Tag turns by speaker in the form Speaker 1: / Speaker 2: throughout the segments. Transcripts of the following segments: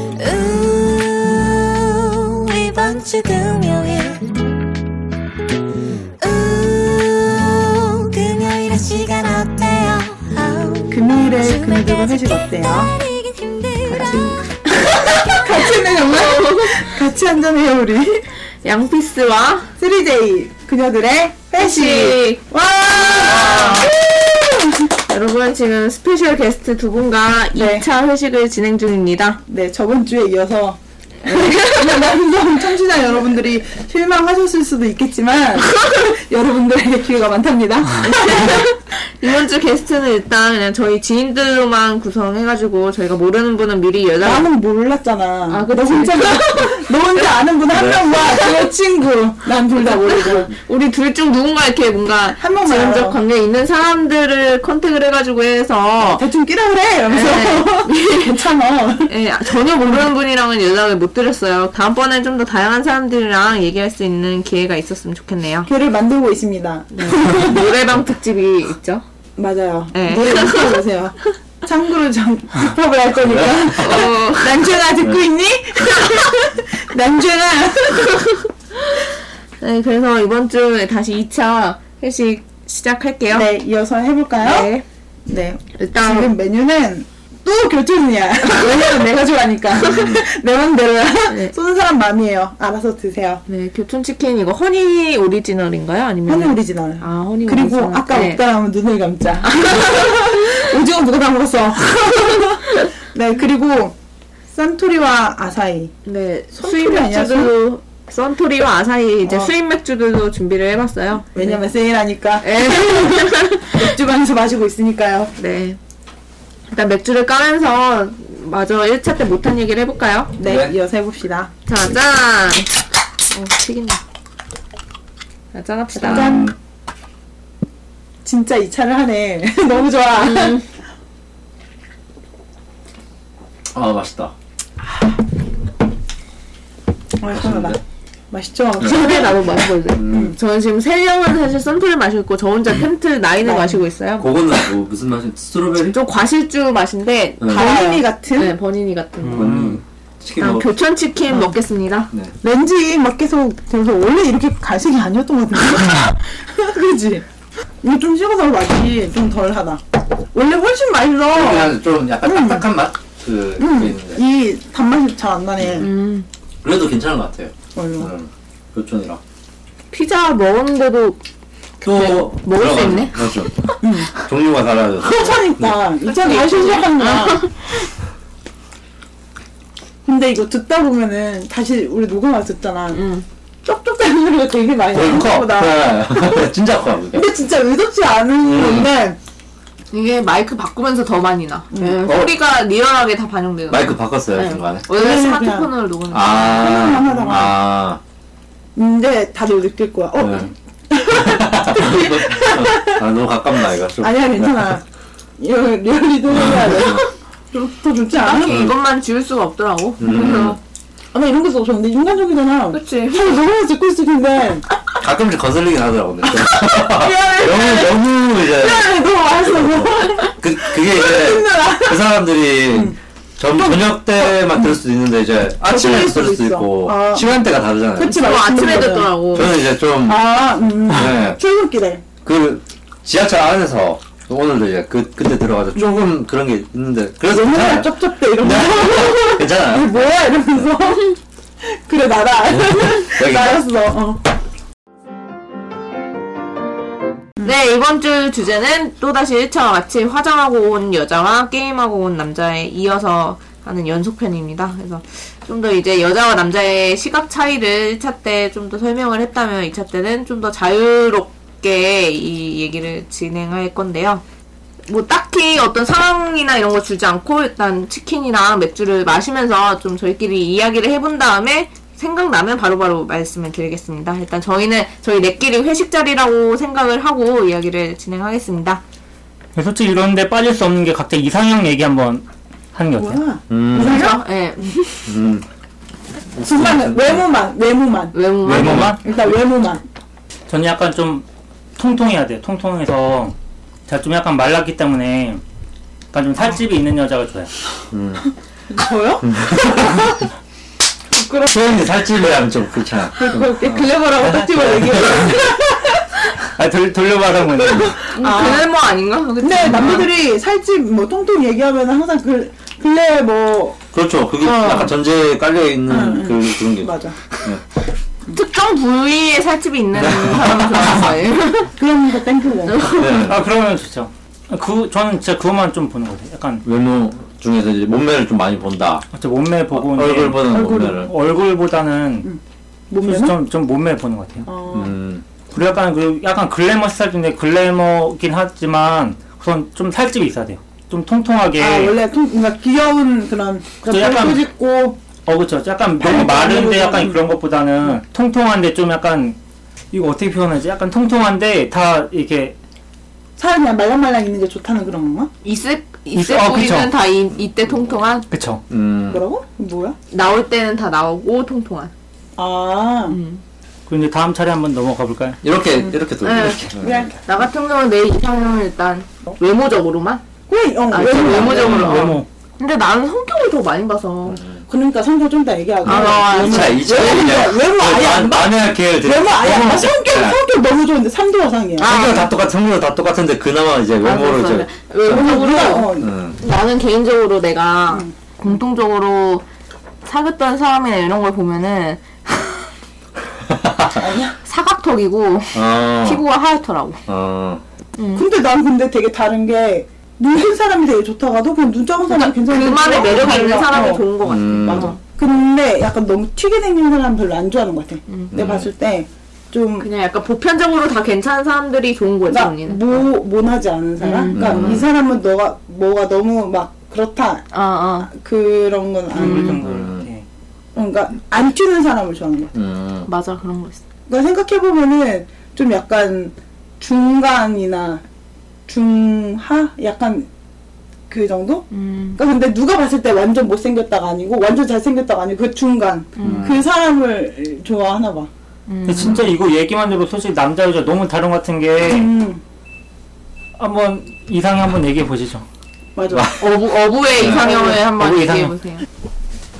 Speaker 1: 음, 없이 금요일 우 음, 금요일의 시간 어때요 아우,
Speaker 2: 네, 금요일에
Speaker 1: 주말
Speaker 2: 금요일은 회식
Speaker 1: 계속
Speaker 2: 어때요?
Speaker 1: 기다리긴 힘들어
Speaker 2: 같이 했네 정말 같이 한잔해요 우리
Speaker 3: 양피스와
Speaker 2: 3J 그녀들의 회식
Speaker 3: 회식.
Speaker 2: 와
Speaker 3: 여러분 지금 스페셜 게스트 두 분과
Speaker 2: 네.
Speaker 3: 2차 회식을 진행 중입니다.
Speaker 2: 네, 저번 주에 이어서 남성 청취자 여러분들이 실망하셨을 수도 있겠지만 여러분들에게 기회가 많답니다.
Speaker 3: 이번 주 게스트는 일단 그냥 저희 지인들로만 구성해가지고 저희가 모르는 분은 미리 연락.
Speaker 2: 나는 몰랐잖아.
Speaker 3: 아, 그치.
Speaker 2: 너 혼자 뭐, 너 혼자 아는구나 한 명과 그 친구 난 둘 다 모르고
Speaker 3: 우리 둘 중 누군가 이렇게 뭔가
Speaker 2: 한 명만 알아요.
Speaker 3: 지원적 관계 있는 사람들을 컨택을 해가지고 해서
Speaker 2: 대충 끼라 그래 이러면서 괜찮아.
Speaker 3: 예, 전혀 모르는 분이랑은 연락을 못 드렸어요. 다음번엔 좀 더 다양한 사람들이랑 얘기할 수 있는 기회가 있었으면 좋겠네요.
Speaker 2: 걔를 만들고 있습니다.
Speaker 3: 노래방 특집이 있죠.
Speaker 2: 맞아요.
Speaker 3: 네.
Speaker 2: 노래 연습해 보세요. 참고로 전 힙합을 할 거니까.
Speaker 3: 어,
Speaker 2: 남준아 듣고 있니? 남준아.
Speaker 3: 네, 그래서 이번 주 다시 2차 회식 시작할게요.
Speaker 2: 네, 이어서 해볼까요?
Speaker 3: 네. 아.
Speaker 2: 네. 지금
Speaker 3: 일단
Speaker 2: 메뉴는 또 교촌이야. 왜냐면 내가 좋아하니까. 내 맘대로야.
Speaker 3: 음. 네.
Speaker 2: 쏘는 사람 마음이에요. 알아서 드세요.
Speaker 3: 네, 교촌 치킨 이거 허니 오리지널인가요? 아니면
Speaker 2: 허니 오리지널.
Speaker 3: 아, 허니
Speaker 2: 그리고
Speaker 3: 오리지널.
Speaker 2: 아까
Speaker 3: 네. 아.
Speaker 2: 먹다 하면 눈을 감자. 오징어 누가 다 먹었어. 네, 그리고 산토리와 아사히.
Speaker 3: 네,
Speaker 2: 선토리
Speaker 3: 수입
Speaker 2: 아니야,
Speaker 3: 맥주도 썬토리와 아사히 이제
Speaker 2: 어.
Speaker 3: 수입 맥주들도 준비를 해봤어요.
Speaker 2: 왜냐면 세일하니까
Speaker 3: 네.
Speaker 2: 맥주방에서 마시고 있으니까요.
Speaker 3: 네. 일단 맥주를 까면서 마저 1차 때 못한 얘기를 해볼까요?
Speaker 2: 네,
Speaker 4: 네.
Speaker 2: 이어서 해봅시다.
Speaker 3: 자, 짠! 어, 튀긴다. 자, 짠합시다.
Speaker 2: 짠. 진짜 이 차를 하네. 너무 좋아.
Speaker 3: 음.
Speaker 4: 아 맛있다.
Speaker 2: 맛있다. 어, 맛있죠?
Speaker 3: 술에 나도 마셔보세요.
Speaker 4: 음,
Speaker 3: 저는 지금 세 명은 사실 썬토를 마시고 있고 저 혼자 텐트 나인을
Speaker 4: 음.
Speaker 3: 마시고 있어요.
Speaker 4: 그거는 뭐 무슨 맛이? 스트로베리?
Speaker 3: 좀 과실주 맛인데
Speaker 4: 네.
Speaker 2: 다현이 같은
Speaker 3: 네, 버니니 같은 거.
Speaker 4: 음. 치킨
Speaker 3: 일단
Speaker 4: 먹.
Speaker 3: 교촌 치킨 먹겠습니다.
Speaker 4: 네.
Speaker 2: 렌즈 막 계속 그래서 원래 이렇게 갈색이 아니었던 것 같은데. 그지? 이거 좀 식어서 맛이 좀 덜하다. 원래 훨씬
Speaker 3: 네.
Speaker 2: 맛있어.
Speaker 4: 그냥 좀 약간
Speaker 2: 음.
Speaker 4: 딱딱한 맛. 그
Speaker 2: 음,
Speaker 4: 그게 있는데.
Speaker 2: 이 단맛이 잘 안 나네.
Speaker 3: 음,
Speaker 4: 그래도 괜찮은 것 같아요.
Speaker 2: 원래.
Speaker 4: 음. 교촌이랑.
Speaker 3: 피자 먹었는데도
Speaker 2: 그
Speaker 4: 또
Speaker 3: 먹을 수
Speaker 4: 들어가죠.
Speaker 3: 있네.
Speaker 4: 그렇죠.
Speaker 2: 음.
Speaker 4: 종류가 달라져서.
Speaker 2: 괜찮으니까 이제 다시 시작하는 거야. 근데 이거 듣다 보면은 다시 우리 녹음할 때 듣잖아.
Speaker 3: 음.
Speaker 2: 쩝쩝대는 소리가 되게 많이 나.
Speaker 4: 거의 어, 커.
Speaker 2: 생각보다.
Speaker 4: 네. 음. 진짜 커. 그게.
Speaker 2: 근데 진짜 의도치 않은 건데
Speaker 3: 이게 마이크 바꾸면서 더 많이 나. 네,
Speaker 4: 어.
Speaker 3: 소리가 리얼하게 다 반영돼요.
Speaker 4: 마이크 바꿨어요
Speaker 3: 네.
Speaker 4: 중간에.
Speaker 3: 원래
Speaker 2: 그냥-
Speaker 3: 스마트폰으로 녹음.
Speaker 4: 아.
Speaker 3: 아.
Speaker 2: 하나다가.
Speaker 4: 아.
Speaker 2: 근데 다들 느낄 거야. 어,
Speaker 4: 네. 아 너무 가깝나 이거. 좀.
Speaker 2: 아니야 괜찮아. 이거 리얼리도 해야
Speaker 4: 네.
Speaker 2: 돼. 좀더 좋지
Speaker 4: 음.
Speaker 2: 않아?
Speaker 3: 딱히 이것만 지울 수가 없더라고. 그래서
Speaker 2: 아마 이런 게더 좋은데 인간적이잖아.
Speaker 3: 그치.
Speaker 4: 음.
Speaker 2: 사실 너무 듣고 있을 텐데.
Speaker 4: 가끔씩 거슬리긴 하더라고. 근데. 너무 너무 이제.
Speaker 2: 아, 너무 맛있어.
Speaker 4: 그, 그게 이제 그 사람들이
Speaker 2: 음.
Speaker 4: 전, 저녁 때만 들을 수도 있는데 이제 아침에
Speaker 2: 어, 저녁일 수도
Speaker 4: 들을 수도
Speaker 2: 있어.
Speaker 4: 있고
Speaker 2: 아.
Speaker 4: 시간대가 다르잖아요.
Speaker 2: 그치.
Speaker 3: 저 아침에
Speaker 2: 맛있는
Speaker 3: 듣더라고.
Speaker 4: 저는 이제 좀
Speaker 2: 아, 음.
Speaker 4: 네,
Speaker 2: 출근길에.
Speaker 4: 그 지하철 안에서 오늘도 이제 그 그때 들어가서 조금 그런 게 있는데 그래서
Speaker 2: 맨날
Speaker 4: 괜찮아요.
Speaker 2: 쩝쩝대 이러면서.
Speaker 4: 네.
Speaker 2: 이게
Speaker 4: 괜찮아요.
Speaker 2: 뭐야? 이러면서. 그래, 나다.
Speaker 4: 여기
Speaker 2: 나였어. 어.
Speaker 3: 네, 이번 주 주제는 또다시 1차 마치 화장하고 온 여자와 게임하고 온 남자에 이어서 하는 연속편입니다. 그래서 좀 더 이제 여자와 남자의 시각 차이를 1차 때 좀 더 설명을 했다면 2차 때는 좀 더 자유롭게 이 얘기를 진행할 건데요. 뭐 딱히 어떤 상황이나 이런 거 주지 않고 일단 치킨이랑 맥주를 마시면서 좀 저희끼리 이야기를 해본 다음에 생각나면 바로바로 말씀을 드리겠습니다. 일단 저희는 저희 내끼리 회식 자리라고 생각을 하고 이야기를 진행하겠습니다.
Speaker 5: 근데 솔직히 이런데 빠질 수 없는 게 각자 이상형 얘기 한번 하는 게 어때요?
Speaker 2: 뭐야?
Speaker 4: 음,
Speaker 2: 이상형?
Speaker 3: 예.
Speaker 4: 음.
Speaker 2: 어, 순간 외모만, 외모만.
Speaker 3: 외모만.
Speaker 4: 음.
Speaker 5: 외모만?
Speaker 2: 일단 외모만.
Speaker 5: 저는 약간 좀 통통해야 돼요. 통통해서 제가 좀 약간 말랐기 때문에
Speaker 2: 음.
Speaker 5: 약간 좀 살집이 있는 여자가 좋아요.
Speaker 2: 저요? 부끄러워.
Speaker 4: 소연이 살찌려면 좀 음. 그렇잖아.
Speaker 2: 그렇게 글래머라고 딱 집어 얘기해.
Speaker 4: 아, 돌, 돌려받으면.
Speaker 3: 글래머 아닌가? 네. 그치?
Speaker 2: 근데 남자들이 살집 뭐 통통 얘기하면 항상 글, 글래 뭐,
Speaker 4: 그렇죠. 그게
Speaker 2: 어.
Speaker 4: 약간 전제에 깔려있는
Speaker 2: 응,
Speaker 4: 그, 그런 게.
Speaker 2: 맞아.
Speaker 3: 특정 부위에 살집이 있는 사람을 좋아해요.
Speaker 2: 그런 거 땡큐래.
Speaker 4: 네.
Speaker 5: 아 그러면 좋죠. 그 저는 진짜 그것만 좀 보는 거예요. 약간
Speaker 4: 외모 중에서 이제 몸매를 좀 많이 본다.
Speaker 5: 진짜 몸매 보고
Speaker 4: 얼굴보다는
Speaker 2: 얼굴을.
Speaker 4: 몸매를.
Speaker 5: 얼굴보다는
Speaker 2: 몸매나?
Speaker 5: 좀, 좀 몸매 보는 것 같아요.
Speaker 2: 어.
Speaker 4: 음.
Speaker 5: 그리고 약간 그 약간 글래머 스타일인데 글래머긴 하지만 우선 좀 살집이 있어야 돼요. 좀 통통하게
Speaker 2: 아, 원래 통, 그러니까 귀여운 그런,
Speaker 5: 또
Speaker 2: 그런
Speaker 5: 예. 약간-
Speaker 2: 뼈 짚고,
Speaker 5: 어 그렇죠. 약간
Speaker 2: 발도
Speaker 5: 너무 마른데
Speaker 2: 아니고
Speaker 5: 약간
Speaker 2: 좀-
Speaker 5: 그런
Speaker 4: 음.
Speaker 5: 것보다는 통통한데 좀 약간 이거 어떻게 표현하지? 약간 통통한데 다 이렇게
Speaker 2: 살 그냥 말랑말랑 있는 게 좋다는 그런 건가?
Speaker 3: 이슬 이슬
Speaker 5: 어, 그쵸.
Speaker 3: 부위는 다 이, 이때 통통한
Speaker 5: 그쵸.
Speaker 4: 음.
Speaker 2: 뭐라고? 뭐야?
Speaker 3: 나올 때는 다 나오고 통통한.
Speaker 2: 아,
Speaker 5: 그럼 이제 다음 차례 한번 넘어가 볼까요?
Speaker 4: 이렇게,
Speaker 2: 음.
Speaker 4: 이렇게 돌려.
Speaker 3: 네.
Speaker 4: 이렇게.
Speaker 2: 그냥,
Speaker 3: 나 같은 경우는 내 이상형은 일단 외모적으로만.
Speaker 2: 그냥, 어,
Speaker 3: 아,
Speaker 2: 외모.
Speaker 4: 음.
Speaker 3: 외모적으로.
Speaker 5: 음. 외모.
Speaker 3: 근데 나는 성격을 더 많이 봐서.
Speaker 2: 그러니까 성격 좀 더 얘기하고.
Speaker 3: 아,
Speaker 2: 외모.
Speaker 4: 자, 이제 뭐
Speaker 2: 외모, 외모 아예 안 봐.
Speaker 4: 만약 계열 드려.
Speaker 2: 외모 아예 안 봐. 성격, 성격 너무 좋은데, 3도 이상이야.
Speaker 3: 어. 아,
Speaker 4: 성격 다 똑같, 성격 다 똑같은데 그나마 이제
Speaker 2: 아,
Speaker 4: 외모를
Speaker 3: 그래서
Speaker 4: 이제.
Speaker 3: 외모적으로
Speaker 2: 어,
Speaker 4: 음.
Speaker 3: 나는 개인적으로 내가 공통적으로 사귀었던 사람이나 이런 걸 보면은 사각턱이고
Speaker 4: 어.
Speaker 3: 피부가 하얗더라고.
Speaker 4: 어.
Speaker 2: 근데 난 근데 되게 다른 게, 눈큰 사람이 되게 좋다가도, 그냥 눈 작은 사람이 괜찮은데.
Speaker 3: 그만의
Speaker 2: 너무
Speaker 3: 매력이 있는
Speaker 2: 달라.
Speaker 3: 사람이
Speaker 2: 어.
Speaker 3: 좋은 것 같아.
Speaker 4: 음.
Speaker 2: 맞아. 근데 약간 너무 튀게 생긴 사람 별로 안 좋아하는 것 같아.
Speaker 3: 음.
Speaker 2: 내가 봤을 때, 좀,
Speaker 3: 그냥 약간 보편적으로 다 괜찮은 사람들이 좋은 거지
Speaker 2: 나 뭐.
Speaker 3: 언니는.
Speaker 2: 모, 모나지 않은
Speaker 3: 음.
Speaker 2: 사람? 그러니까 이 사람은 너가, 뭐가 너무 막, 그렇다.
Speaker 3: 아, 아,
Speaker 2: 그런 건 아니고.
Speaker 5: 얼굴 정도.
Speaker 4: 음.
Speaker 5: 예.
Speaker 2: 그러니까, 안 튀는 사람을 좋아하는 거야.
Speaker 4: 음.
Speaker 3: 맞아 그런 거 있어.
Speaker 2: 그러니까 생각해보면은, 좀 약간, 중간이나, 중하? 약간, 그 정도?
Speaker 3: 음,
Speaker 2: 그러니까 근데 누가 봤을 때 완전 못생겼다가 아니고 완전 잘생겼다가 아니고 그 중간
Speaker 4: 음.
Speaker 2: 그 사람을 좋아하나 봐.
Speaker 5: 근데 진짜 이거 얘기만 들어도 솔직히 남자 여자 너무 다른 것 같은 게
Speaker 2: 음
Speaker 5: 한번 이상형 한번 얘기해 보시죠.
Speaker 2: 맞아.
Speaker 3: 어부 어부의 이상형을 한번
Speaker 5: 어부의
Speaker 3: 얘기해
Speaker 5: 이상형.
Speaker 3: 보세요.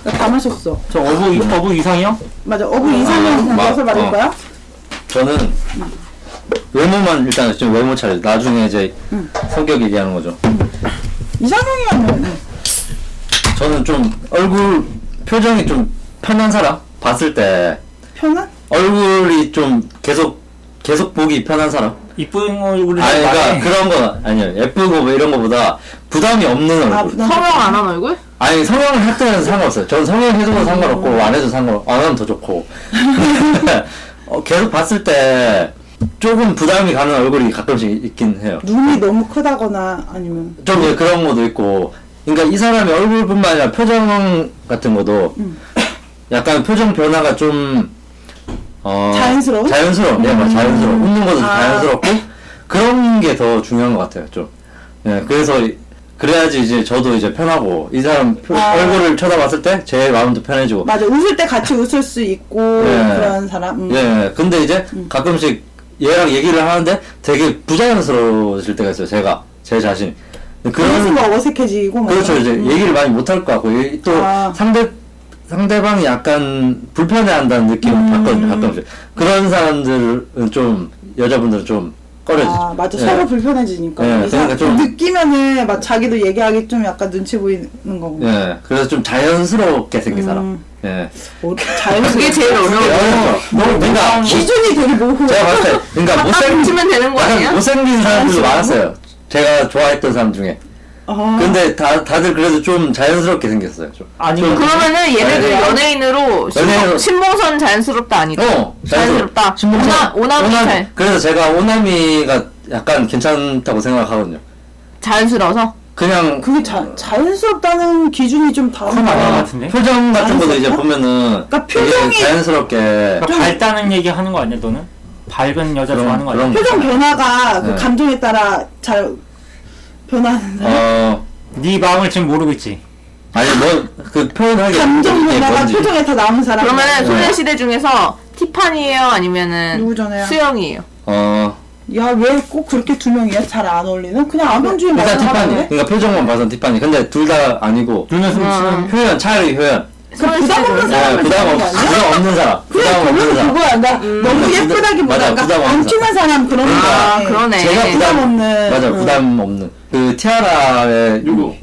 Speaker 2: 나다 마셨어.
Speaker 5: 저 어부
Speaker 4: 음.
Speaker 5: 이- 어부 이상형?
Speaker 2: 맞아. 어부 이상형
Speaker 4: 아,
Speaker 2: 가서
Speaker 4: 마-
Speaker 2: 말할
Speaker 4: 어.
Speaker 2: 거야?
Speaker 4: 저는 외모만 일단 지금 외모 차례. 나중에 이제
Speaker 2: 음.
Speaker 4: 성격 얘기하는 거죠.
Speaker 2: 이상형이면 뭐,
Speaker 4: 저는 좀 얼굴 표정이 좀 편한 사람 봤을 때
Speaker 2: 편한?
Speaker 4: 얼굴이 좀 계속 계속 보기 편한 사람.
Speaker 5: 이쁜 얼굴을
Speaker 4: 아니 그러니까
Speaker 5: 많이
Speaker 4: 그런 건 아니에요. 예쁘고 뭐 이런 거보다 부담이 없는 얼굴.
Speaker 2: 아 부담.
Speaker 3: 성형 안 한 얼굴?
Speaker 4: 아니 성형을 할 때는 상관없어요. 전 성형 해줘도 상관없고 안 해도 상관없고 안 하면 더 좋고 어, 계속 봤을 때 조금 부담이 가는 얼굴이 가끔씩 있긴 해요.
Speaker 2: 눈이 너무 크다거나 아니면
Speaker 4: 좀 이제 그런 것도 있고 그러니까 이 사람의 얼굴뿐만 아니라 표정 같은 것도
Speaker 2: 음.
Speaker 4: 약간 표정 변화가 좀 어,
Speaker 2: 자연스러운?
Speaker 4: 자연스러워 네, 맞아 자연스러워 웃는 것도
Speaker 2: 아.
Speaker 4: 자연스럽고 그런 게 더 중요한 것 같아요 좀 예, 그래서 이- 그래야지 이제 저도 이제 편하고 이 사람 표-
Speaker 2: 아.
Speaker 4: 얼굴을 쳐다봤을 때 제 마음도 편해지고
Speaker 2: 맞아. 웃을 때 같이 웃을 수 있고
Speaker 4: 네.
Speaker 2: 그런 사람. 음.
Speaker 4: 예, 근데 이제 가끔씩 얘랑 얘기를 하는데 되게 부자연스러워질 때가 있어요 제가 제 자신
Speaker 2: 그런 순간 어색해지고 막
Speaker 4: 그렇죠
Speaker 2: 이런.
Speaker 4: 이제 얘기를 많이 못 할 것 같고 이- 또
Speaker 2: 음. 아.
Speaker 4: 상대 상대방이 약간 불편해한다는 느낌을
Speaker 2: 음.
Speaker 4: 받거든요 가끔씩 그런 사람들은 좀 여자분들은 좀 꺼려지죠.
Speaker 2: 아 맞아
Speaker 4: 예.
Speaker 2: 서로 불편해지니까
Speaker 4: 예,
Speaker 2: 이 사람
Speaker 4: 그러니까 좀-
Speaker 2: 느끼면은 막 자기도 얘기하기 좀 약간 눈치 보이는 거고
Speaker 4: 예, 그래서 좀 자연스럽게 생긴 사람. 예.
Speaker 2: 어, 자연스럽게
Speaker 3: 그게 제일 어려워.
Speaker 4: 너무 뭔가
Speaker 2: 기준이 되게 모호해
Speaker 4: 제가 봤을 때 그러니까
Speaker 3: 딱
Speaker 4: 못생긴
Speaker 3: 붙이면 되는 거 아니야?
Speaker 4: 약간 못생긴 사람들도 많았어요. 제가 좋아했던 사람 중에.
Speaker 2: 아.
Speaker 4: 근데 다 다들 그래도 좀 자연스럽게 생겼어요. 좀.
Speaker 5: 아니
Speaker 4: 좀
Speaker 3: 그러면은 얘네들
Speaker 4: 네.
Speaker 3: 연예인으로
Speaker 4: 연예인으로-
Speaker 3: 신봉- 신봉선 자연스럽다 아니다.
Speaker 4: 어,
Speaker 3: 자연스럽다. 오나 오나 잘
Speaker 4: 그래서 제가 오나미가 약간 괜찮다고 생각하거든요.
Speaker 3: 자연스러워서.
Speaker 4: 그냥 어,
Speaker 2: 그게 자, 자연스럽다는 기준이 좀 다른
Speaker 5: 그건 아닌 것
Speaker 2: 거야
Speaker 5: 같은데.
Speaker 4: 표정 같은 것도 이제
Speaker 2: 자연스럽다?
Speaker 4: 보면은
Speaker 2: 그러니까
Speaker 4: 되게
Speaker 2: 표정이-
Speaker 4: 자연스럽게
Speaker 5: 그러니까 밝다는 얘기 하는 거 아니야 너는? 밝은 여자 좋아하는 거 아니야?
Speaker 2: 표정 변화가 그
Speaker 4: 네.
Speaker 2: 감정에 따라 잘 변하는 사람
Speaker 4: 어
Speaker 5: 네 마음을 지금 모르고 있지.
Speaker 4: 아니 뭐 그 표현하기
Speaker 2: 감정
Speaker 4: 이게
Speaker 2: 변화가
Speaker 4: 뭔지.
Speaker 2: 표정에 다 나오는 사람
Speaker 3: 그러면은
Speaker 4: 네.
Speaker 3: 소녀시대 중에서 티파니예요 아니면은
Speaker 2: 누구 전에요?
Speaker 3: 수영이에요.
Speaker 4: 어
Speaker 2: 야왜 꼭 그렇게 두 명이야 잘 안 어울리는 그냥 안본주의
Speaker 4: 일단
Speaker 2: 말하는
Speaker 4: 티파니
Speaker 2: 사람인데
Speaker 4: 그러니까 표정만 봐선 티파니 근데 둘 다 아니고
Speaker 5: 눈웃음 치는
Speaker 4: 표현 차라리 표현
Speaker 3: 손을
Speaker 2: 그 부담
Speaker 3: 쓰지
Speaker 2: 없는
Speaker 3: 못해.
Speaker 2: 사람을 좋아하는
Speaker 4: 부담
Speaker 2: 거
Speaker 4: 없,
Speaker 2: 아니야?
Speaker 4: 부담 없는 사람.
Speaker 2: 그래
Speaker 4: 부담 없는
Speaker 2: 저는
Speaker 4: 사람.
Speaker 2: 그거야 나 너무
Speaker 4: 부담- 맞아,
Speaker 2: 예쁘다기보다가
Speaker 4: 부담 없는
Speaker 2: 안 친한 사람 그런 거
Speaker 4: 아,
Speaker 3: 음. 아, 그러네.
Speaker 4: 제가 부담,
Speaker 2: 부담 없는.
Speaker 4: 맞아,
Speaker 2: 응.
Speaker 4: 부담 없는. 그 티아라의
Speaker 6: 누구?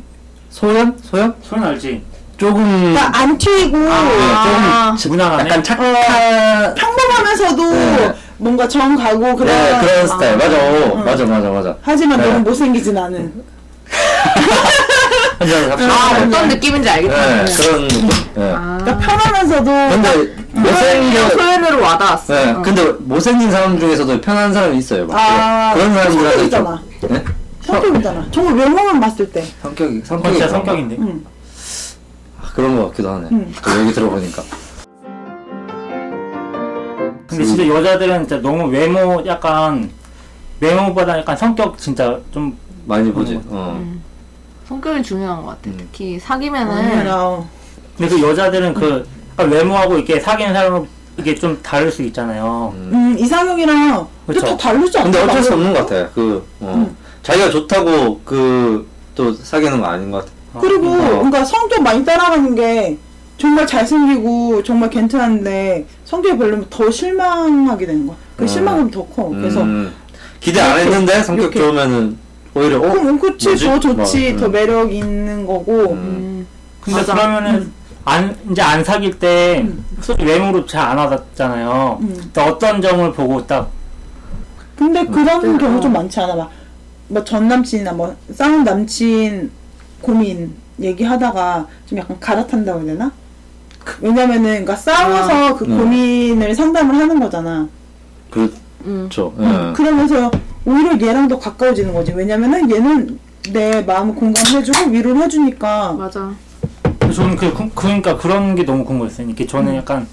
Speaker 4: 소연? 소연?
Speaker 5: 소연 알지?
Speaker 4: 조금
Speaker 2: 그러니까 안 튀고
Speaker 3: 아,
Speaker 5: 지 무난하네.
Speaker 4: 약간 착한
Speaker 2: 어. 평범하면서도
Speaker 4: 네.
Speaker 2: 뭔가 정 가고 그런
Speaker 4: 네, 그런 스타일. 맞아, 어, 맞아, 맞아, 맞아.
Speaker 2: 하지만
Speaker 4: 네.
Speaker 2: 너무 못생기진 않은
Speaker 4: 한잔 합시다.
Speaker 3: 아, 어떤 느낌인지 알겠다.
Speaker 4: 네, 그런 느낌. 네.
Speaker 2: 그러니까 편하면서도
Speaker 4: 근데
Speaker 3: 표현-
Speaker 4: 못생겨.
Speaker 3: 표현으로 와닿았어.
Speaker 4: 네,
Speaker 3: 어.
Speaker 4: 근데 못생긴 사람 중에서도 편한 사람이 있어요. 막.
Speaker 2: 아,
Speaker 4: 그런 사람들한테
Speaker 2: 성격이잖아.
Speaker 4: 좀- 네?
Speaker 2: 성격이잖아 정말 외모만 봤을 때 음.
Speaker 4: 성격이
Speaker 5: 그건
Speaker 4: 성격이
Speaker 5: 어, 진짜
Speaker 4: 그런 거.
Speaker 5: 성격인데.
Speaker 2: 응.
Speaker 4: 아, 그런 거 같기도 하네.
Speaker 2: 음.
Speaker 4: 또 얘기 들어보니까.
Speaker 5: 근데 진짜 여자들은 진짜 너무 외모 약간 외모보다 약간 성격 진짜 좀
Speaker 4: 많이 보지.
Speaker 5: 음.
Speaker 4: 어.
Speaker 2: 음.
Speaker 3: 성격이 중요한 것 같아.
Speaker 4: 음.
Speaker 3: 특히 사귀면은
Speaker 2: 음.
Speaker 5: 근데 그 여자들은 그 약간 외모하고 이렇게 사귀는 사람은 이게 좀 다를 수 있잖아요.
Speaker 2: 음, 이상형이랑
Speaker 5: 그쵸.
Speaker 2: 또 다르지 않나?
Speaker 4: 근데 어쩔 수 없는 것 같아. 그, 어.
Speaker 2: 음.
Speaker 4: 자기가 좋다고 그, 또 사귀는 거 아닌 것 같아.
Speaker 2: 그리고
Speaker 4: 어.
Speaker 2: 뭔가 성격 많이 따라가는 게 정말 잘생기고 정말 괜찮은데 성격이 별로면 더 실망하게 되는 거야. 그
Speaker 4: 음.
Speaker 2: 실망감이 더 커. 그래서
Speaker 4: 음. 기대 안 했는데 성격
Speaker 2: 이렇게.
Speaker 4: 좋으면은 오히려, 어?
Speaker 2: 그럼 그치
Speaker 4: 뭐지?
Speaker 2: 더 좋지
Speaker 4: 막,
Speaker 2: 더
Speaker 4: 음.
Speaker 2: 매력 있는 거고
Speaker 4: 음.
Speaker 5: 근데
Speaker 3: 맞아. 음.
Speaker 5: 그러면은 안 이제 안 사귈 때 솔직히 외모로 잘 안 와닿잖아요.
Speaker 2: 음.
Speaker 5: 근데 어떤 점을 보고 딱
Speaker 2: 근데 그런
Speaker 4: 음.
Speaker 2: 경우 좀 많지 않아? 막, 막 전남친이나 뭐 싸운 남친 고민 얘기하다가 좀 약간 갈아탄다고 해야 되나? 왜냐면은 그러니까 싸워서 그
Speaker 4: 음.
Speaker 2: 고민을 상담을 하는 거잖아.
Speaker 3: 음.
Speaker 4: 그렇죠. 예.
Speaker 2: 음, 그러면서 오히려 얘랑 더 가까워지는 거지. 왜냐면은 얘는 내 마음 을 공감해주고 위로를 해주니까
Speaker 3: 맞아.
Speaker 5: 저는 그 그- 그러니까 그런 게 너무 궁금했어요. 이게 저는
Speaker 3: 음.
Speaker 5: 약간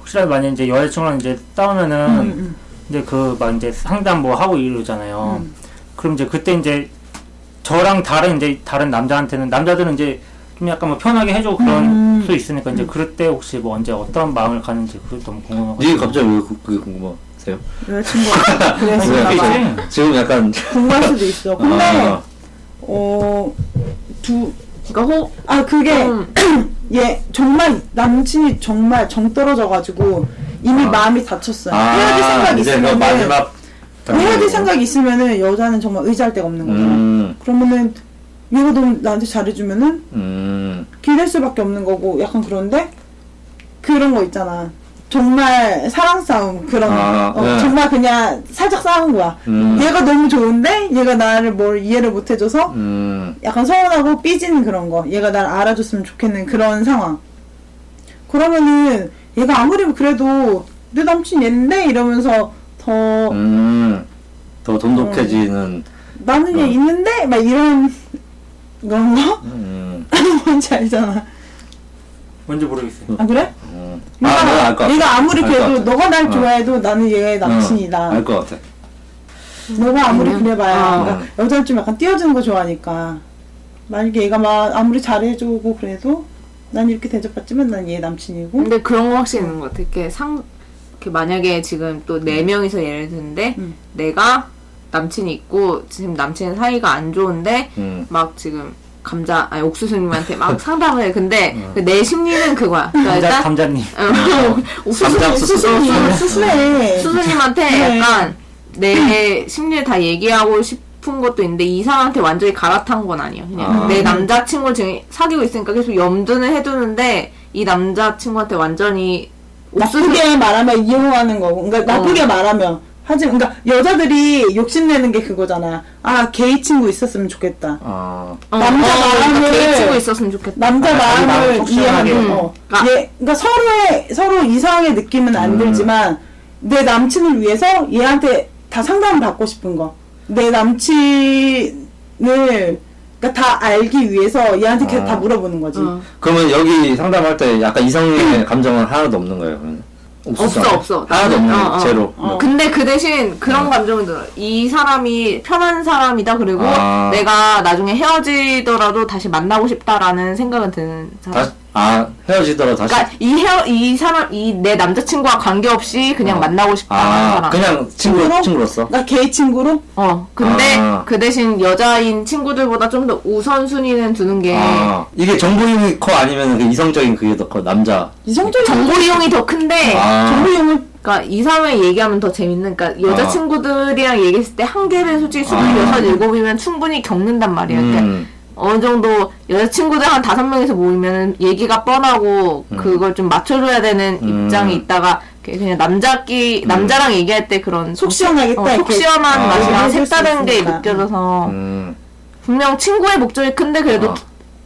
Speaker 5: 혹시라도 만약 이제 여자친구랑 이제
Speaker 4: 음.
Speaker 5: 싸우면은
Speaker 3: 음,
Speaker 2: 음,
Speaker 5: 이제 그 막 이제 상담 뭐 하고 이러잖아요.
Speaker 3: 음.
Speaker 5: 그럼 이제 그때 이제 저랑 다른 이제 다른 남자한테는 남자들은 이제 좀 약간 뭐 편하게 해줘 그런
Speaker 3: 음.
Speaker 5: 수 있으니까 이제 그럴 때 혹시 뭐 언제 어떤 마음을 가는지 그게 너무
Speaker 4: 니가
Speaker 5: 궁금하거든요.
Speaker 4: 갑자기 왜 그- 그게 궁금하세요?
Speaker 2: 여자친구가
Speaker 4: 왜
Speaker 2: 그랬을까 봐.
Speaker 4: 갑자기? 지금 약간.
Speaker 2: 궁금할 수도 있어. 근데
Speaker 4: 아,
Speaker 2: 어, 두,
Speaker 3: 그러니까 호, 음.
Speaker 2: 아 그게
Speaker 3: 좀
Speaker 2: 예, 정말 남친이 정말 정 떨어져가지고 이미
Speaker 4: 아.
Speaker 2: 마음이 다쳤어요.
Speaker 4: 아,
Speaker 2: 헤어질 생각이
Speaker 4: 이제 그
Speaker 2: 있으면은
Speaker 4: 마지막.
Speaker 2: 헤어질 생각이 있으면은 여자는 정말 의지할 데가 없는 거죠.
Speaker 4: 음,
Speaker 2: 그러면은 얘가 너무 나한테 잘해주면은
Speaker 4: 음.
Speaker 2: 기댈 수밖에 없는 거고 약간 그런데 그런 거 있잖아. 정말 사랑 싸움 그런
Speaker 4: 아,
Speaker 2: 어,
Speaker 4: 네.
Speaker 2: 정말 그냥 살짝 싸운 거야.
Speaker 4: 음.
Speaker 2: 얘가 너무 좋은데 얘가 나를 뭘 이해를 못 해줘서
Speaker 4: 음.
Speaker 2: 약간 서운하고 삐지는 그런 거. 얘가 날 알아줬으면 좋겠는 그런 상황. 그러면은 얘가 아무리 그래도 내 남친 얘인데 이러면서 더
Speaker 4: 음. 더 돈독해지는.
Speaker 2: 나는 얘
Speaker 4: 음.
Speaker 2: 있는데 막 이런 그런 거
Speaker 4: 음.
Speaker 2: 뭔지 알잖아.
Speaker 5: 뭔지 모르겠어요.
Speaker 2: 아 그래?
Speaker 4: 음. 아,
Speaker 2: 얘가,
Speaker 4: 내가 알것 같아.
Speaker 2: 얘가 아무리
Speaker 4: 알것
Speaker 2: 그래도
Speaker 4: 같아.
Speaker 2: 너가 날
Speaker 4: 어.
Speaker 2: 좋아해도 나는 얘의 남친이다.
Speaker 4: 알것 같아.
Speaker 2: 너가 아무리
Speaker 3: 음.
Speaker 2: 그래봐야
Speaker 3: 아.
Speaker 2: 그러니까 여자는 좀 약간 띄워주는 거 좋아하니까 만약에 얘가 막 아무리 잘해주고 그래도 난 이렇게 대접받지만 난 얘 남친이고
Speaker 3: 근데 그런 거 확실히 있는 것 같아. 이렇게 상, 이렇게 만약에 지금 또 네 명이서 예를 드는데
Speaker 2: 음.
Speaker 3: 내가 남친이 있고 지금 남친 사이가 안 좋은데
Speaker 4: 음.
Speaker 3: 막 지금 감자 아니 옥수수님한테 막 상담을 해. 근데 그 내 심리는 그거야. 그러니까
Speaker 5: 감자
Speaker 3: 일단
Speaker 5: 감자님.
Speaker 4: 감자
Speaker 3: 옥수수
Speaker 4: 옥수수.
Speaker 3: 옥수수.
Speaker 2: 아, 수수해.
Speaker 3: 네. 수수님한테
Speaker 2: 네.
Speaker 3: 약간 내 심리를 다 얘기하고 싶은 것도 있는데 이 사람한테 완전히 갈아탄 건 아니야. 그냥
Speaker 4: 아.
Speaker 3: 내 남자친구를 지금 사귀고 있으니까 계속 염두는 해두는데 이 남자친구한테 완전히
Speaker 2: 나쁘게 말하면 이용하는 거고, 그러니까 나쁘게
Speaker 3: 어.
Speaker 2: 말하면 하지, 그러니까 여자들이 욕심내는 게 그거잖아. 아 게이 친구 있었으면 좋겠다.
Speaker 4: 아.
Speaker 3: 어,
Speaker 2: 남자 마음을-
Speaker 3: 개치고 있었으면 좋겠다.
Speaker 2: 남자
Speaker 5: 아, 자기 마음을
Speaker 2: 마음을
Speaker 5: 속
Speaker 2: 이해하는
Speaker 5: 시원하게.
Speaker 2: 거.
Speaker 3: 아.
Speaker 2: 예, 그러니까 서로의 서로 이상하게 느끼면 안
Speaker 4: 음.
Speaker 2: 들지만 내 남친을 위해서 얘한테 다 상담을 받고 싶은 거. 내 남친을 그러니까 다 알기 위해서 얘한테 계속
Speaker 4: 아.
Speaker 2: 다 물어보는 거지.
Speaker 3: 어.
Speaker 4: 그러면 여기 상담할 때 약간 이성의 감정은 하나도 없는 거예요. 그러면?
Speaker 3: 없어,
Speaker 4: 하나도.
Speaker 3: 없어.
Speaker 4: 하나도
Speaker 3: 나는-
Speaker 4: 없는
Speaker 3: 어,
Speaker 4: 거
Speaker 3: 어.
Speaker 4: 제로.
Speaker 2: 어.
Speaker 3: 근데 그 대신 그런 감정이 들어. 이 사람이 편한 사람이다. 그리고
Speaker 4: 아.
Speaker 3: 내가 나중에 헤어지더라도 다시 만나고 싶다라는 생각은 드는 사람.
Speaker 4: 다, 아 헤어지더라도 다시
Speaker 3: 그러니까 이 헤어 이 사람 이 내 남자친구와 관계없이 그냥
Speaker 4: 어.
Speaker 3: 만나고 싶다 하는
Speaker 4: 아
Speaker 3: 사람.
Speaker 4: 그냥 친구 친구로서
Speaker 2: 나 게이 친구로?
Speaker 3: 어. 근데
Speaker 4: 아.
Speaker 3: 그 대신 여자인 친구들보다 좀 더 우선순위는 두는 게
Speaker 4: 아 이게 정보용이 커 아니면 그 이성적인 그게 더 커 남자
Speaker 2: 이성적인
Speaker 3: 정보 이용이 더 큰데
Speaker 4: 아
Speaker 2: 정보용을
Speaker 3: 그러니까 이 사람을 얘기하면 더 재밌는 그러니까 여자 친구들이랑 얘기했을 때 한계를 솔직히
Speaker 4: 아.
Speaker 3: 26, 7이면 충분히 겪는단 말이야. 그러니까
Speaker 4: 음,
Speaker 3: 어느 정도 여자친구들 한 다섯 명이서 모이면 얘기가 뻔하고 그걸 좀 맞춰줘야 되는
Speaker 4: 음.
Speaker 3: 입장이 있다가 이렇게 그냥 남자끼 남자랑 얘기할 때 그런
Speaker 2: 속 시원하겠다,
Speaker 3: 어, 속
Speaker 2: 이렇게.
Speaker 3: 시원한
Speaker 4: 아.
Speaker 3: 맛이랑
Speaker 2: 얘기해줄 수
Speaker 3: 색다른 게
Speaker 2: 있으니까.
Speaker 3: 느껴져서
Speaker 4: 음.
Speaker 3: 분명 친구의 목적이 큰데 그래도
Speaker 4: 아.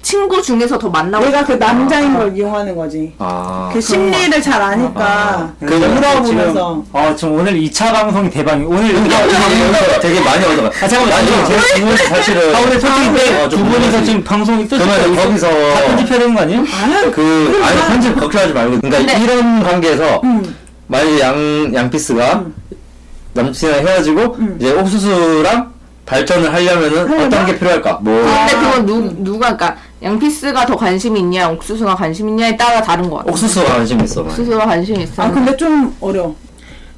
Speaker 3: 친구 중에서 더 만나고
Speaker 2: 내가 그
Speaker 3: 싶다.
Speaker 2: 남자인 걸 이용하는 거지.
Speaker 4: 아
Speaker 2: 그 심리를 잘 아니까 네.
Speaker 4: 아. 그래서
Speaker 2: 물어보면서
Speaker 5: 어, 지금 오늘 2차 방송 대박이 오늘
Speaker 4: 그러니까 오늘 되게 많이 얻어가
Speaker 5: 아, 잠깐만,
Speaker 4: 나 지금
Speaker 5: 잠깐만.
Speaker 4: 제 질문이 사실은
Speaker 5: 아, 오늘
Speaker 4: 어,
Speaker 5: 솔직히
Speaker 4: 좀
Speaker 5: 두 분이서
Speaker 4: 궁금하지.
Speaker 5: 지금 방송이 뜨실
Speaker 4: 그러면
Speaker 5: 거 있어요?
Speaker 4: 거기서
Speaker 5: 다 편집해야 되는 거 아니에요?
Speaker 2: 아유
Speaker 4: 그 아니
Speaker 2: 그러니까.
Speaker 4: 편집 걱정하지 말고 그러니까
Speaker 3: 근데-
Speaker 4: 이런 관계에서
Speaker 2: 음.
Speaker 4: 만약에 양 양피스가
Speaker 3: 음.
Speaker 4: 남친이랑 헤어지고
Speaker 2: 음.
Speaker 4: 이제 옥수수랑 발전을 하려면은 어떤
Speaker 2: 하려면?
Speaker 4: 게 필요할까? 뭐
Speaker 3: 근데
Speaker 2: 아.
Speaker 3: 그건 누, 누가 그러니까 양피스가 더 관심이 있냐 옥수수가 관심이 있냐에 따라 다른 것 같아
Speaker 4: 옥수수가 관심 있어. 막.
Speaker 3: 옥수수가 관심이 있어
Speaker 2: 아 근데 좀 어려.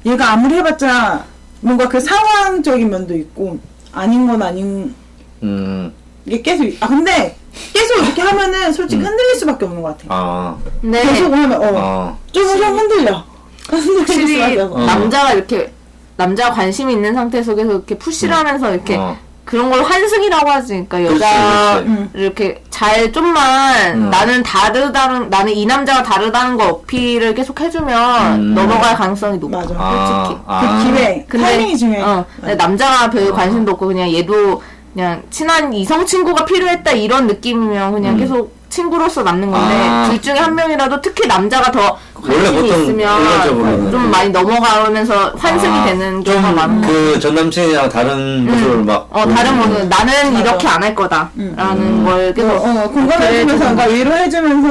Speaker 2: 얘가 아무리 해봤자 뭔가 그 상황적인 면도 있고 아닌 건 아닌
Speaker 4: 음.
Speaker 2: 게 계속 아 근데 계속 이렇게 하면은 솔직히 흔들릴 수밖에 없는 것 같아.
Speaker 4: 아.
Speaker 3: 근데
Speaker 2: 계속 하면 어
Speaker 4: 어.
Speaker 2: 조금 좀 흔들려. 흔들릴
Speaker 3: 확실히 음.
Speaker 2: 수밖에 없어.
Speaker 4: 어.
Speaker 3: 남자가 이렇게 남자 관심이 있는 상태 속에서 이렇게 푸시를 하면서 이렇게
Speaker 4: 어.
Speaker 3: 그런 걸 환승이라고 하지 그러니까
Speaker 4: 그렇지,
Speaker 3: 여자를
Speaker 2: 음.
Speaker 4: 그렇지.
Speaker 3: 이렇게 잘 좀만
Speaker 4: 음.
Speaker 3: 나는 다르다는 나는 이 남자가 다르다는 거 어필을 계속 해주면
Speaker 4: 음.
Speaker 3: 넘어갈 가능성이 높아 네,
Speaker 2: 맞아.
Speaker 4: 아.
Speaker 2: 그
Speaker 4: 아.
Speaker 2: 기회, 타이밍이 중요해.
Speaker 3: 어, 근데 남자가 별 관심도 없고 그냥 얘도 그냥 친한 이성 친구가 필요했다 이런 느낌이면 그냥 계속 친구로서 남는 건데
Speaker 4: 음. 아.
Speaker 3: 둘 중에 한 명이라도 특히 남자가 더
Speaker 4: 원래
Speaker 3: 관심이
Speaker 4: 보통
Speaker 3: 있으면
Speaker 4: 일반적으로는 네.
Speaker 3: 좀 많이 넘어가면서 환승이
Speaker 4: 아,
Speaker 3: 되는
Speaker 4: 좀
Speaker 3: 경우가 많은 거.
Speaker 4: 그 전 남친이랑 다른 모습을 막.
Speaker 3: 어 다른 모습 나는
Speaker 2: 맞아.
Speaker 3: 이렇게 안 할 거다라는 걸
Speaker 2: 어,
Speaker 3: 계속
Speaker 2: 어, 공감해주면서 뭔가 위로해주면서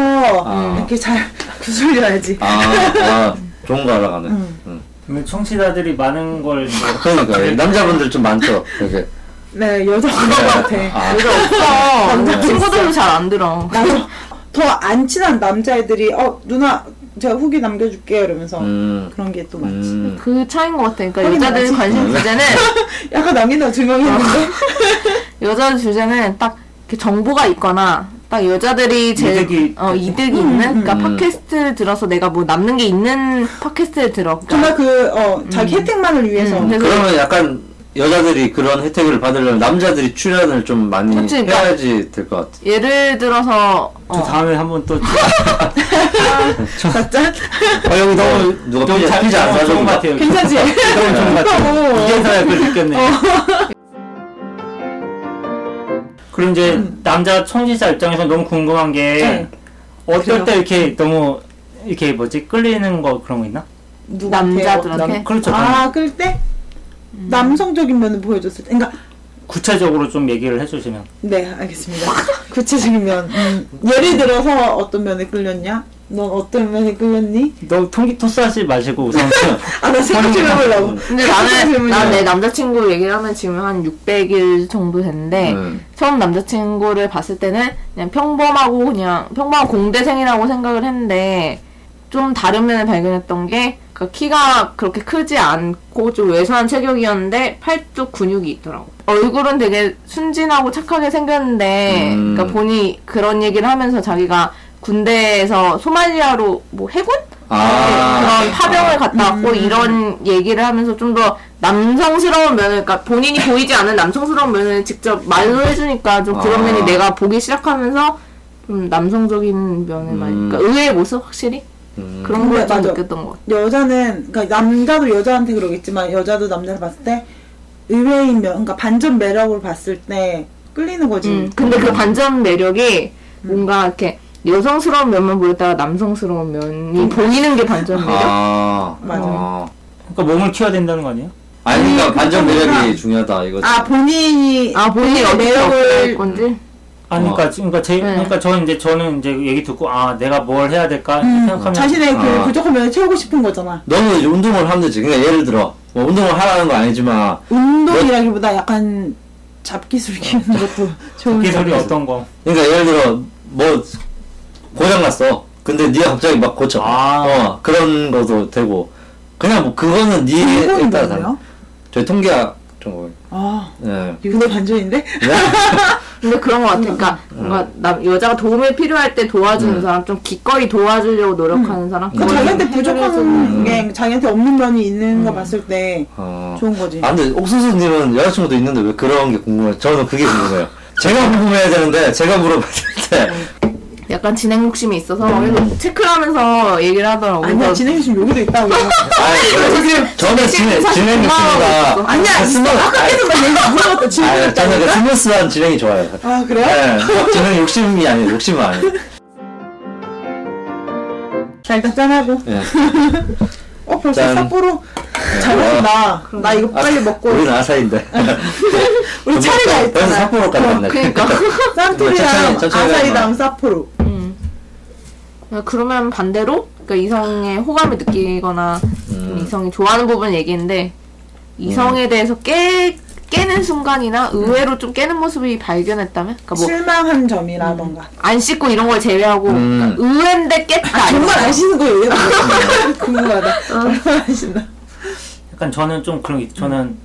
Speaker 4: 아.
Speaker 2: 이렇게 잘 구슬려야지.
Speaker 4: 아, 아, 좋은 거 알아가네. 음.
Speaker 5: 오늘 청취자들이 많은 걸 이제
Speaker 4: 그러니까 예, 남자분들 좀 많죠. 되게.
Speaker 2: 네, 여자 그런 것 같아.
Speaker 4: 아,
Speaker 3: 그래서 없어 친구들도 잘 안 들어
Speaker 2: 나도 더 안 친한 남자애들이 어 누나 제가 후기 남겨줄게요 이러면서
Speaker 4: 음.
Speaker 2: 그런 게 또 많지.
Speaker 4: 음.
Speaker 3: 그 차인 것 같아 그러니까
Speaker 2: 하긴
Speaker 3: 여자들
Speaker 2: 맞지.
Speaker 3: 관심 주제는
Speaker 2: 약간 남기다 조명했는데
Speaker 3: 아. 여자 주제는 딱 이렇게 정보가 있거나 딱 여자들이 제일
Speaker 5: 이득이-
Speaker 3: 어 이득이 있는 그러니까
Speaker 4: 음.
Speaker 3: 팟캐스트 들어서 내가 뭐 남는 게 있는 팟캐스트를 들어
Speaker 2: 정말
Speaker 3: 그러니까
Speaker 2: 그 어 자기 혜택만을 위해서
Speaker 3: 음, 그래서
Speaker 4: 그러면 약간 여자들이 그런 혜택을 받으려면 남자들이 출연을 좀 많이
Speaker 3: 그치, 그러니까-
Speaker 4: 해야지 될 것 같아.
Speaker 3: 예를 들어서
Speaker 5: 저
Speaker 3: 어,
Speaker 5: 다음에 한번 또
Speaker 2: 맞자
Speaker 4: 아 여기 너무 누가
Speaker 5: 좀
Speaker 4: 피자
Speaker 5: 잘-
Speaker 4: 피자 안
Speaker 5: 어,
Speaker 4: 사줘?
Speaker 5: 좋은 것 같아요. 뭐
Speaker 2: 괜찮지?
Speaker 5: 너무 좋은 것 같아요.
Speaker 2: 어.
Speaker 5: 이제서야 그걸 느꼈네. 그럼 이제 남자 청취자 입장에서 너무 궁금한 게
Speaker 2: 네.
Speaker 5: 어떨 때 이렇게 너무 이렇게 뭐지 끌리는 거 그런 거 있나?
Speaker 2: 누구한테요?
Speaker 3: 남자들한테 음.
Speaker 5: 남, 그렇죠. 남-
Speaker 2: 아 그럴 때 남성적인 면을 보여줬을 때, 그러니까
Speaker 5: 구체적으로 좀 얘기를 해주시면.
Speaker 2: 네 알겠습니다. 구체적인 면 음, 예를 들어서 어떤 면에 끌렸냐? 넌 어떤 면에 끌렸니?
Speaker 5: 너 통기 토스하지 마시고 우선
Speaker 2: 아나 생각 좀 해보려고.
Speaker 3: 근데 나는 난내 남자친구 얘기를 하면 지금 한 600일 정도 됐는데
Speaker 4: 음.
Speaker 3: 처음 남자친구를 봤을 때는 그냥 평범하고 그냥 평범한 공대생이라고 생각을 했는데 좀 다른 면을 발견했던 게 그 키가 그렇게 크지 않고 좀 왜소한 체격이었는데 팔뚝 근육이 있더라고. 얼굴은 되게 순진하고 착하게 생겼는데
Speaker 4: 음.
Speaker 3: 그러니까 본인이 그런 얘기를 하면서 자기가 군대에서 소말리아로 뭐 해군?
Speaker 4: 아,
Speaker 3: 그런 파병을 갔다
Speaker 2: 음.
Speaker 3: 왔고 이런 얘기를 하면서 좀 더 남성스러운 면을 그러니까 본인이 보이지 않은 남성스러운 면을 직접 말로 해주니까 좀 그런
Speaker 4: 아.
Speaker 3: 면이 내가 보기 시작하면서 좀 남성적인 면을 많이
Speaker 4: 음.
Speaker 3: 그러니까 의외의 모습 확실히
Speaker 4: 음.
Speaker 3: 그런
Speaker 2: 근데
Speaker 3: 걸 좀
Speaker 2: 맞아.
Speaker 3: 느꼈던 것 같아
Speaker 2: 여자는 그러니까 남자도 여자한테 그러겠지만 여자도 남자를 봤을 때 의외인 면 그러니까 반전 매력을 봤을 때 끌리는 거지.
Speaker 3: 음. 근데 그 반전 매력이
Speaker 2: 음.
Speaker 3: 뭔가 이렇게 여성스러운 면만 보였다가 남성스러운 면이 보이는 게 반전 매력
Speaker 4: 음. 아,
Speaker 2: 맞아.
Speaker 4: 어.
Speaker 5: 그러니까 몸을 키워야 된다는 거 아니에요?
Speaker 4: 아니 그러니까
Speaker 2: 아니,
Speaker 4: 반전
Speaker 2: 그거구나.
Speaker 4: 매력이 중요하다 이거지.
Speaker 2: 아 본인이
Speaker 3: 아 본인이
Speaker 2: 본인의
Speaker 3: 어디서 할
Speaker 2: 매력을
Speaker 3: 건지
Speaker 5: 아니 그러니까 그러니까 제
Speaker 2: 네.
Speaker 5: 그러니까 저는 이제 저는 이제 얘기 듣고 아 내가 뭘 해야 될까
Speaker 2: 음,
Speaker 5: 생각하면
Speaker 2: 자신의 그
Speaker 4: 아.
Speaker 2: 부족한 면을 채우고 싶은 거잖아.
Speaker 4: 너는 이제 운동을 하면 되지. 그러니까 예를 들어 뭐 운동을 하라는 건 아니지만
Speaker 2: 운동이라기보다 약간 잡기술 키우는 것도 좋은
Speaker 5: 그 소리 어떤 거?
Speaker 4: 그러니까 예를 들어 뭐 고장났어. 근데 네가 갑자기 막 고쳐.
Speaker 5: 아.
Speaker 4: 어, 그런 것도 되고. 그냥 뭐 그거는 네에
Speaker 2: 이건
Speaker 4: 따라
Speaker 2: 뭐예요?
Speaker 4: 저희 통계학 좀 뭐,
Speaker 2: 아
Speaker 4: 예.
Speaker 2: 이거 반전인데?
Speaker 4: 음.
Speaker 3: 근데 그런 것 같아. 그러니까 뭔가 남, 여자가 도움이 필요할 때 도와주는 사람, 좀 기꺼이 도와주려고 노력하는 사람.
Speaker 2: 그
Speaker 3: 그걸
Speaker 2: 자기한테
Speaker 3: 음. 해결해서
Speaker 2: 부족한 게 자기한테 없는 면이 있는 거 봤을 때
Speaker 4: 어.
Speaker 2: 좋은 거지.
Speaker 4: 아 근데 옥수수님은 여자친구도 있는데 왜 그런 게 궁금해요? 저는 그게 궁금해요. 제가 궁금해야 되는데 제가 물어봤을 때
Speaker 3: 약간 진행 욕심이 있어서 계속 체크를 하면서 얘기를 하더라고.
Speaker 2: 아니야
Speaker 3: 그래서
Speaker 2: 진행이 지금 여기도 있다고.
Speaker 4: 아니 저는 진행 진행이 있습니다.
Speaker 2: 아니야
Speaker 4: 스무
Speaker 2: 아까 계속 나 얘기 물어봤다 질문
Speaker 4: 아니 저는 그
Speaker 2: 있다니까.
Speaker 4: 스무스한 진행이 좋아요.
Speaker 2: 아 그래요?
Speaker 4: 네, 저는 욕심이 아니에요. 욕심은 아니에요.
Speaker 2: 자 일단 짠하고.
Speaker 4: 예.
Speaker 2: 어 벌써
Speaker 4: 짠. 아,
Speaker 2: 삿포로 잘 먹는다. 나 이거 빨리 먹고
Speaker 4: 우리는 아사인데.
Speaker 2: 뭐, 우리 차례가
Speaker 4: 벌써
Speaker 2: 있잖아. 어,
Speaker 4: 삿포로까지 갔네.
Speaker 3: 그러니까.
Speaker 2: 쌈토리랑
Speaker 4: 천천히, 천천히
Speaker 2: 아사이랑 삿포로.
Speaker 3: 그러니까 그러면 반대로 그러니까 이성의 호감을 느끼거나 좀 이성이 좋아하는 부분 얘기인데 이성에 대해서 깨 깨는 순간이나 의외로 좀 깨는 모습이 발견했다면 그러니까 뭐
Speaker 2: 실망한 점이라던가.
Speaker 3: 안 씻고 이런 걸 제외하고
Speaker 4: 음.
Speaker 3: 그러니까 의외인데 깼다
Speaker 2: 아, 정말 안 씻는 거 얘기하는 거 궁금하다. 정말 안 씻나?
Speaker 5: 약간 저는 좀 그런 게 있- 저는